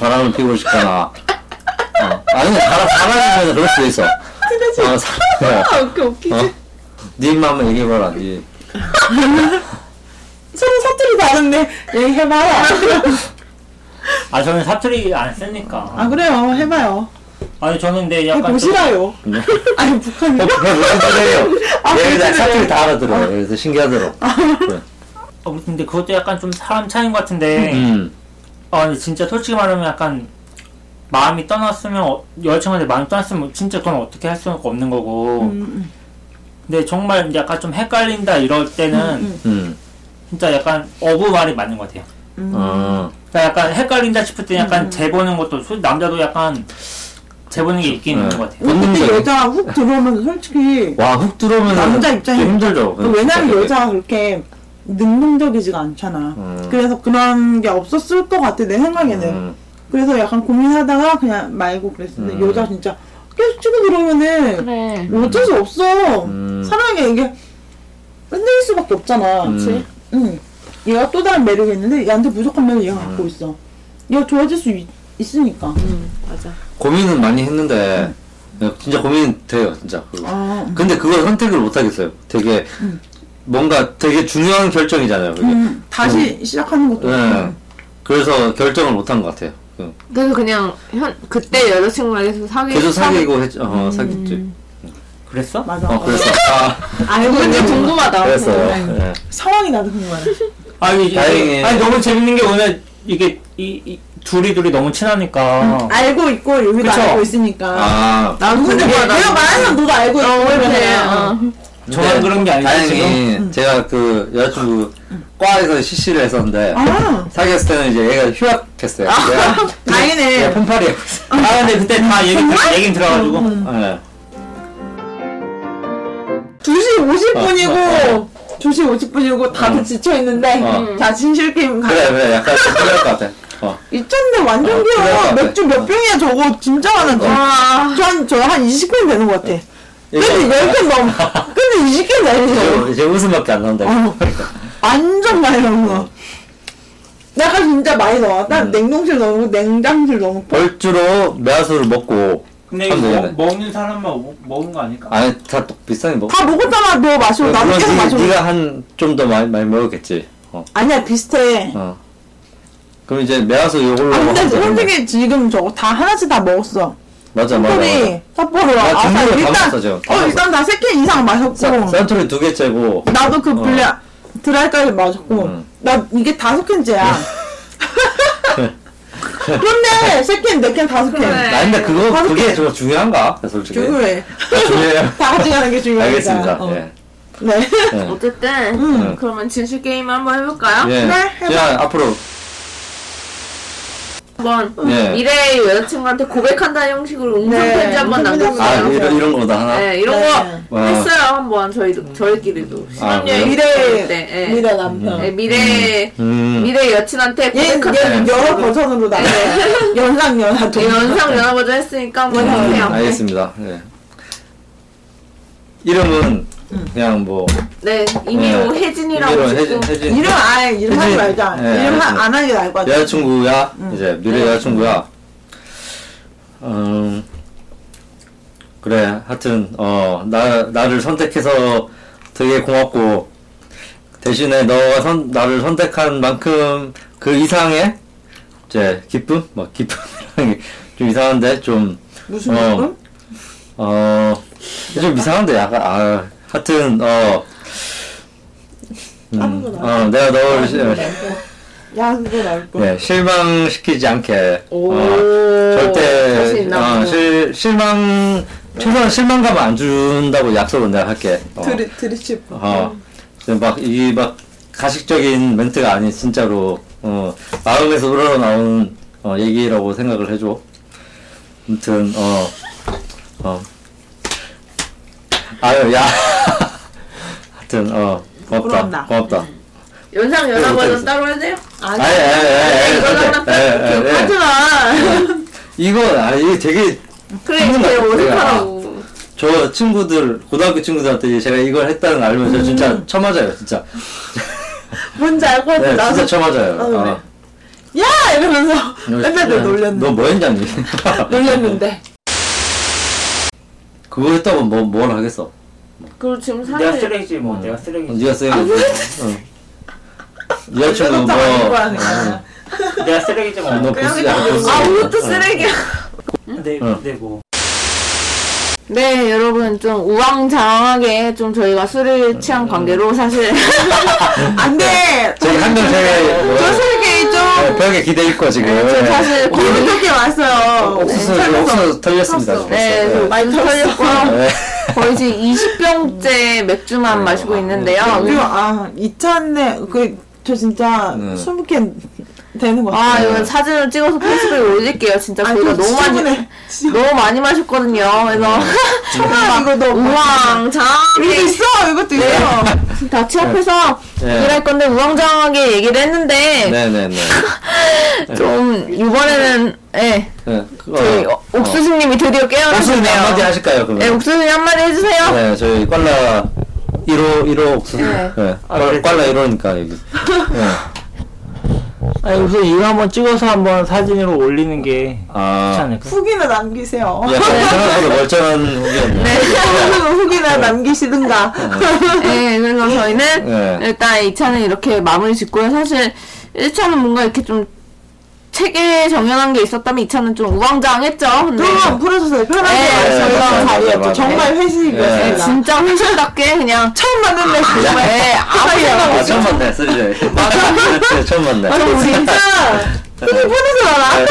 Speaker 4: 바람을 피고 싶거나. 어. 아니 바람 바람이면 그럴 수도 있어. 어, 사, 예.
Speaker 3: 아, 그 웃기지.
Speaker 4: 어? 네 입만 한번 얘기해봐라. 네.
Speaker 2: 서로 사투리 다른데 얘기해봐라
Speaker 5: 아 저는 사투리 안 쓰니까.
Speaker 2: 아 그래요 해봐요
Speaker 5: 아니 저는 근데
Speaker 2: 해
Speaker 5: 약간 좀-
Speaker 2: 보시라요 아니 북한이
Speaker 4: 어, 그거 무슨 소리예요? 얘들 다 사투리 다 알아들어. 그래서 신기하더라.
Speaker 5: 어, 근데 그것도 약간 좀 사람 차이인 것 같은데.
Speaker 4: 음.
Speaker 5: 아 근데 진짜 솔직히 말하면 약간 마음이 떠났으면 어, 여자친구한테 마음이 떠났으면 진짜 그건 어떻게 할 수가 없는 거고. 근데 정말 이제 약간 좀 헷갈린다 이럴 때는
Speaker 4: 음.
Speaker 5: 진짜 약간 어부 말이 맞는 것 같아요.
Speaker 4: 어.
Speaker 5: 그러니까 약간 헷갈린다 싶을 때 약간 재보는 것도 솔- 남자도 약간 재보는 게 있긴 있는 것 같아요.
Speaker 2: 근데
Speaker 4: 본능적인.
Speaker 2: 여자 훅 들어오면 솔직히
Speaker 4: 와, 훅 들어오면
Speaker 2: 남자 입장에-
Speaker 4: 힘들죠.
Speaker 2: 왜냐면
Speaker 4: 어, 그게.
Speaker 2: 여자가 그렇게 능동적이지가 않잖아
Speaker 4: 음.
Speaker 2: 그래서 그런 게 없었을 것 같아 내 생각에는
Speaker 4: 음.
Speaker 2: 그래서 약간 고민하다가 그냥 말고 그랬는데
Speaker 4: 음.
Speaker 2: 여자 진짜 계속 치고 들어오면은
Speaker 3: 그래.
Speaker 2: 어쩔 수 없어
Speaker 4: 음.
Speaker 2: 사람에게 이게 흔들릴 수밖에 없잖아
Speaker 4: 음.
Speaker 2: 응. 얘가 또 다른 매력이 있는데 얘한테 부족한 면을
Speaker 4: 음.
Speaker 2: 얘가 갖고 있어. 얘가 좋아질 수 있, 있으니까.
Speaker 3: 음, 맞아.
Speaker 4: 고민은 많이 했는데 예, 진짜 고민 돼요, 진짜. 그거.
Speaker 2: 아, 음.
Speaker 4: 근데 그걸 선택을 못 하겠어요. 되게 뭔가 되게 중요한 결정이잖아요. 그게.
Speaker 2: 음, 다시 시작하는 것도.
Speaker 4: 예.
Speaker 2: 음.
Speaker 4: 그래서 결정을 못 한 것 같아요. 그.
Speaker 3: 그래서 그냥 현 그때 여자친구랑 계속 사귀
Speaker 4: 계속 사귀고 했, 어, 사귀지.
Speaker 5: 그랬어?
Speaker 2: 맞아.
Speaker 4: 어, 그래서 아,
Speaker 3: 아이고 근데 궁금하다.
Speaker 4: 그랬어요. 예.
Speaker 2: 상황이 나도 궁금하네.
Speaker 5: 아니, 이게-
Speaker 4: 다행이네.
Speaker 5: 아니 너무 재밌는 게 오늘 이게 이, 이 둘이 둘이 너무 친하니까
Speaker 2: 알고 있고 여기도
Speaker 5: 그쵸?
Speaker 2: 알고 있으니까.
Speaker 4: 아,
Speaker 3: 나도
Speaker 2: 근데 내-
Speaker 3: 궁금하다.
Speaker 2: 내가 말하면 너도 알고 있고.
Speaker 3: 어, 그래.
Speaker 2: 그러잖아.
Speaker 3: 어.
Speaker 5: 저만
Speaker 4: 네,
Speaker 5: 그런 게 아니죠,
Speaker 4: 다행히 제가 그 여자친구 과에서 CC를 했었는데
Speaker 2: 아,
Speaker 4: 사귀었을 때는 이제 얘가 휴학했어요. 내가
Speaker 2: 다행이네.
Speaker 4: 예, 폰팔이 하고
Speaker 5: 아 근데 그때 다 얘기 얘기 들어가지고
Speaker 4: 있어요. 네.
Speaker 2: 2시
Speaker 4: 어,
Speaker 2: 50분이고, 2시 50분이고, 다들 지쳐있는데, 음.
Speaker 4: 어.
Speaker 2: 자, 진실게임 가.
Speaker 4: 음. 그래 그래 약간 좀 그럴 것 같아. 어.
Speaker 2: 미쳤네, 완전
Speaker 4: 어,
Speaker 2: 귀여워.
Speaker 4: 그래야 아. 돼.
Speaker 2: 맥주 몇 병이야, 저거. 진짜 많은데.
Speaker 3: 와.
Speaker 2: 전, 저한 20병 되는 것
Speaker 4: 예,
Speaker 2: 같아. 근데
Speaker 4: 이거-
Speaker 2: 열개 넘. 근데 이십 개 넘어.
Speaker 4: 이제- 이제 웃음밖에 안 나온다.
Speaker 2: 어. 완전 많이 넘어. 내가 진짜 많이 넣어.
Speaker 4: 음.
Speaker 2: 딱 냉동실 넣고 냉장실 넣고.
Speaker 4: 벌주로 매화수를 먹고
Speaker 6: 근데
Speaker 4: 참
Speaker 6: 이거
Speaker 4: 되겠네.
Speaker 6: 먹, 먹는 사람만 먹- 먹은 거 아닐까?
Speaker 4: 아니 다또 비싼 게 먹.
Speaker 2: 다 먹었잖아. 너 마시고 나도
Speaker 4: 물론
Speaker 2: 계속
Speaker 4: 니-
Speaker 2: 마시고.
Speaker 4: 네가 한 좀 더 많이 많이 먹었겠지. 어.
Speaker 2: 아니야 비슷해.
Speaker 4: 어. 그럼 이제 매화수 요걸로.
Speaker 2: 아, 근데
Speaker 4: 하면 되겠네.
Speaker 2: 솔직히 지금 저거 다 하나씩 다 먹었어.
Speaker 4: 맞아 맞아. 맞아.
Speaker 2: 네. 삿포리, 삿포로,
Speaker 4: 나
Speaker 2: 아사
Speaker 4: 전부 네. 다
Speaker 2: 일단
Speaker 4: 먹었어, 지금. 다
Speaker 2: 어 일단 다 세 캔 이상 마셨고
Speaker 4: 사- 산토리 두 개째고.
Speaker 2: 나도 그 분량 드라이까지 마셨고
Speaker 4: 음.
Speaker 2: 나 이게 다섯 캔째야.
Speaker 4: 네.
Speaker 2: 그런데 세 캔, 네 캔, 다섯 캔.
Speaker 3: 그래.
Speaker 4: 나 아, 근데 그거
Speaker 2: 다섯
Speaker 4: 그게 저 중요한가? 솔직히.
Speaker 2: 중요해.
Speaker 4: 아, 중요해요.
Speaker 2: 다 같이 가는 게 중요하다.
Speaker 4: 알겠습니다.
Speaker 2: 어.
Speaker 4: 예.
Speaker 2: 네.
Speaker 4: 예.
Speaker 3: 어쨌든
Speaker 4: 음.
Speaker 3: 그러면 진실 게임 한번 해볼까요?
Speaker 4: 예.
Speaker 2: 네, 해봐.
Speaker 4: 제가 앞으로
Speaker 3: 한번
Speaker 4: 예.
Speaker 3: 미래의 여자친구한테 고백한다는 형식으로 음성
Speaker 2: 네,
Speaker 3: 편지 한번
Speaker 2: 음성 편지
Speaker 4: 아
Speaker 3: 남겨주세요.
Speaker 2: 한번
Speaker 4: 이런 이런 거다 하나.
Speaker 3: 네, 이런
Speaker 2: 네.
Speaker 3: 거
Speaker 4: 와. 아,
Speaker 3: 했어요 한번 저희 저희끼리도
Speaker 4: 그래요?
Speaker 3: 신혼여행
Speaker 2: 예, 미래의- 네,
Speaker 3: 때 예.
Speaker 2: 미래 예, 남편.
Speaker 3: 예, 미래
Speaker 4: 음.
Speaker 3: 미래 여친한테
Speaker 2: 얘, 얘
Speaker 3: 고백한다.
Speaker 4: 네.
Speaker 2: 여러 버전으로 나 연상 연하
Speaker 3: 네,
Speaker 2: 동
Speaker 3: 연상 연하 버전 했으니까
Speaker 2: 예.
Speaker 3: 한번
Speaker 4: 음,
Speaker 3: 해보세요.
Speaker 4: 알겠습니다. 예. 이름은 그냥 뭐
Speaker 3: 네, 임의로 혜진이라고
Speaker 4: 이름은
Speaker 3: 짓고
Speaker 4: 혜진, 혜진.
Speaker 2: 이름 아예 이름 하지
Speaker 4: 그치?
Speaker 2: 말자
Speaker 4: 예,
Speaker 2: 이름 하-
Speaker 4: 알겠습니다.
Speaker 2: 안 하는 게 나을 것 같아
Speaker 4: 여자친구야 이제 미래 여자친구야. 음 그래 하여튼 어 나 나를 선택해서 되게 고맙고 대신에 너가 선 나를 선택한 만큼 그 이상의 이제 기쁨 막 기쁨이라는 게좀 이상한데 좀
Speaker 2: 무슨
Speaker 4: 어.
Speaker 2: 기쁨?
Speaker 4: 어, 좀 이상한데 약간 아 하여튼 어,
Speaker 2: 다른 거
Speaker 4: 음,
Speaker 2: 나올
Speaker 4: 어 내가
Speaker 3: 아,
Speaker 4: 너를 시,
Speaker 2: 야 그거 나올 거
Speaker 4: 예, 실망시키지 않게
Speaker 3: 오.
Speaker 4: 어, 절대
Speaker 3: 자신 있나
Speaker 4: 어,
Speaker 3: 보다.
Speaker 4: 실 실망 최소한 실망감 안 준다고 약속은 내가 할게. 어,
Speaker 2: 들이 들이칠 거
Speaker 4: 어, 막이 막 가식적인 멘트가 아닌 진짜로 어, 마음에서 흘러나오는 어, 얘기라고 생각을 해줘. 아무튼 어, 어. 아유 야. 하여튼 어 고맙다.
Speaker 2: 부끄럽나. 음.
Speaker 4: 고맙다.
Speaker 3: 연상
Speaker 4: 네,
Speaker 3: 연하 버전
Speaker 4: 어쩌겠어. 네,
Speaker 3: 따로 해야 요 아니,
Speaker 4: 아니, 아니, 아니, 아니, 아니,
Speaker 3: 이거랑
Speaker 4: 아니, 아니, 아니. 네.
Speaker 3: 하지마.
Speaker 4: 이건 아니 이게 되게
Speaker 3: 그래, 이게
Speaker 4: 내가- 네.
Speaker 3: 어색하다고.
Speaker 4: 저 친구들 고등학교 친구들한테 제가 이걸 했다는 걸 알면 서 진짜 처맞아요 진짜.
Speaker 2: 뭔지 알고
Speaker 4: 네,
Speaker 2: 음. 나도
Speaker 4: 진짜 처맞아요. 어.
Speaker 2: 나도 그래. 야 이러면서
Speaker 3: 네,
Speaker 2: 맨날 내 놀렸는데
Speaker 4: 너뭐 했냐니?
Speaker 2: 놀렸는데
Speaker 4: 그거 했다고 뭐, 뭘 하겠어?
Speaker 3: 그리고 지금
Speaker 5: 내가
Speaker 3: 사실
Speaker 5: 쓰레기지 뭐 내가
Speaker 4: 어,
Speaker 5: 쓰레기
Speaker 3: 아,
Speaker 4: 네가 쓰레기. 응. 이 여친은
Speaker 3: 그
Speaker 4: 뭐.
Speaker 2: 여자도 아닌 거야, 그냥.
Speaker 5: 내가 쓰레기지 뭐
Speaker 4: 아, 너
Speaker 2: 그냥
Speaker 4: 보스,
Speaker 2: 그냥
Speaker 4: 야,
Speaker 2: 그냥
Speaker 4: 보스.
Speaker 3: 아, 그것도 쓰레기야.
Speaker 5: 내,
Speaker 4: 어.
Speaker 5: 내 뭐.
Speaker 3: 네, 여러분 좀 우왕좌왕하게 좀 저희가 술을
Speaker 4: 음.
Speaker 3: 취한 관계로 사실
Speaker 2: 아,
Speaker 3: 안돼.
Speaker 4: 저기 한명 제가 뭐,
Speaker 3: 저 술이
Speaker 4: 네,
Speaker 3: 좀
Speaker 4: 벽에 기대 읽고 지금.
Speaker 3: 저 사실 고민 게
Speaker 4: 어,
Speaker 3: 왔어요.
Speaker 4: 네. 옥수수 옥수수 털렸습니다. 지금 벌써.
Speaker 3: 네, 저 많이 털렸고
Speaker 4: 네.
Speaker 3: 거의 지금 20병째 맥주만 마시고 있는데요.
Speaker 2: 그리고 아 2차인데 그저 진짜
Speaker 4: 네.
Speaker 2: 20개 되는 거
Speaker 3: 아,
Speaker 2: 같아요 아, 그
Speaker 3: 이건 사진을 찍어서 페이스북에 올릴게요. 진짜
Speaker 4: 아,
Speaker 3: 저희가 너무 많이 네.
Speaker 2: 지저분해.
Speaker 3: 너무 많이 마셨거든요. 그래서
Speaker 4: 네.
Speaker 2: 아, 이거 너 이것도
Speaker 3: 우왕좌왕하게
Speaker 2: 있어 이것도
Speaker 3: 네.
Speaker 2: 있어
Speaker 3: 다 취업해서
Speaker 4: 네.
Speaker 3: 일할 건데 우왕좌왕하게 얘기를 했는데
Speaker 4: 네, 네, 네.
Speaker 3: 좀 이번에는 예
Speaker 4: 네.
Speaker 3: 저희 어, 옥수수님이 드디어
Speaker 4: 옥수수님
Speaker 3: 깨어나셨네요.
Speaker 4: 한마디 하실까요, 그러면?
Speaker 3: 예, 옥수수님 한마디 해주세요.
Speaker 4: 네, 저희 꽐라 1호, 1호 옥수수. 네.
Speaker 5: 아,
Speaker 4: 꽐라-
Speaker 5: 그래.
Speaker 4: 꽐라 1호니까, 여기. 네.
Speaker 5: 아니 우선 이거 한번 찍어서 한번 사진으로 올리는 게 좋지
Speaker 4: 아.
Speaker 5: 않을까?
Speaker 2: 후기나 남기세요
Speaker 3: 네.
Speaker 4: 야, 생각보다 멀쩡한 후기였네.
Speaker 2: 후기나 남기시든가
Speaker 3: 네, 그래서 저희는
Speaker 4: 네.
Speaker 3: 일단 2차는 이렇게 마무리 짓고요. 사실 1차는 뭔가 이렇게 좀 책에 정연한 게 있었다면 2차는 좀 우왕좌왕했죠. 근데
Speaker 2: 그럼 풀어주세요 편하게 저희가
Speaker 3: 네, 맞아요,
Speaker 4: 맞아요,
Speaker 2: 한 자리였죠
Speaker 4: 맞아요.
Speaker 2: 정말
Speaker 3: 네,
Speaker 2: 회식이었습니다
Speaker 3: 진짜 회식답게 그냥
Speaker 2: 처음 만났네 정말
Speaker 3: 네, 아무 생각
Speaker 4: 아,
Speaker 3: 없이
Speaker 4: 처음 만났어, 쓰리제. 네, 처음 만나.
Speaker 2: 아니 우리 진짜 후기 보내서
Speaker 4: 네,
Speaker 2: 알아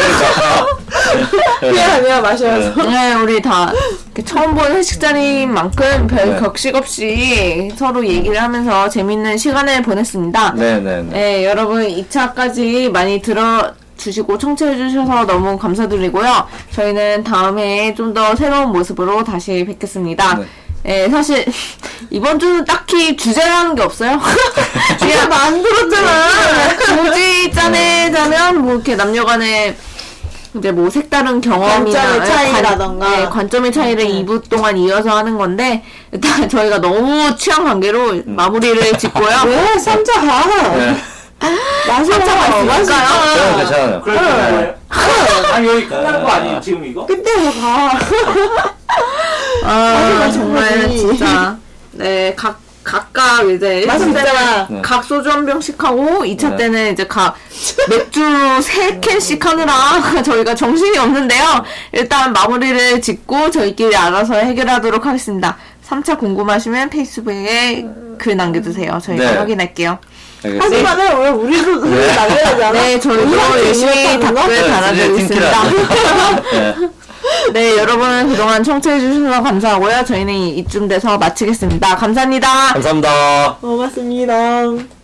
Speaker 4: 그러니까.
Speaker 2: 미안해요 마셔서
Speaker 3: 네, 우리 다 이렇게 처음 본 회식 자리인 만큼 별
Speaker 4: 네.
Speaker 3: 격식 없이 서로 얘기를 하면서 재밌는 시간을 보냈습니다.
Speaker 4: 네, 네, 네.
Speaker 3: 네, 여러분 2차까지 많이 들어주시고 청취해주셔서 너무 감사드리고요. 저희는 다음에 좀 더 새로운 모습으로 다시 뵙겠습니다.
Speaker 4: 네.
Speaker 3: 네. 사실 이번 주는 딱히 주제라는 게 없어요. 주제 만들었잖아.
Speaker 4: 네.
Speaker 3: 굳이 짜내자면 뭐 이렇게 남녀간의 이제 뭐 색다른 경험이나
Speaker 2: 관점의 차이라던가. 음.
Speaker 3: 관, 네, 관점의 차이를 2부 동안 이어서 하는 건데 일단 저희가 너무 취향 관계로 마무리를 짓고요.
Speaker 2: 왜 네, 3차가
Speaker 4: 네.
Speaker 2: 마셔서
Speaker 4: 저는
Speaker 2: 마시니까
Speaker 4: 괜찮아요.
Speaker 5: 그래. 아니 여기 끝난 거 아니에요 지금 이거?
Speaker 2: 근데 왜가
Speaker 3: 아,
Speaker 2: 마지막
Speaker 3: 정말
Speaker 2: 거지.
Speaker 3: 진짜 네, 각 각각 이제
Speaker 2: 맞아,
Speaker 3: 1차 때는
Speaker 2: 맞아.
Speaker 4: 네.
Speaker 3: 각 소주 한 병씩 하고 2차
Speaker 4: 네.
Speaker 3: 때는 이제 각 맥주 세 캔씩 하느라 저희가 정신이 없는데요. 일단 마무리를 짓고 저희끼리 알아서 해결하도록 하겠습니다. 3차 궁금하시면 페이스북에 글 남겨주세요. 저희가
Speaker 4: 네.
Speaker 3: 확인할게요.
Speaker 4: 알겠습니다.
Speaker 2: 하지만은 왜 우리도 우리 남겨야지 않아?
Speaker 3: 네, 저희도
Speaker 2: 우리한테
Speaker 3: 열심히
Speaker 2: 얘기했다는 거?
Speaker 3: 답글
Speaker 4: 네,
Speaker 3: 달아드리겠습니다.
Speaker 4: 네.
Speaker 3: 네, 여러분 그동안 청취해주셔서 감사하고요. 저희는 이쯤 돼서 마치겠습니다. 감사합니다.
Speaker 4: 감사합니다.
Speaker 2: 고맙습니다.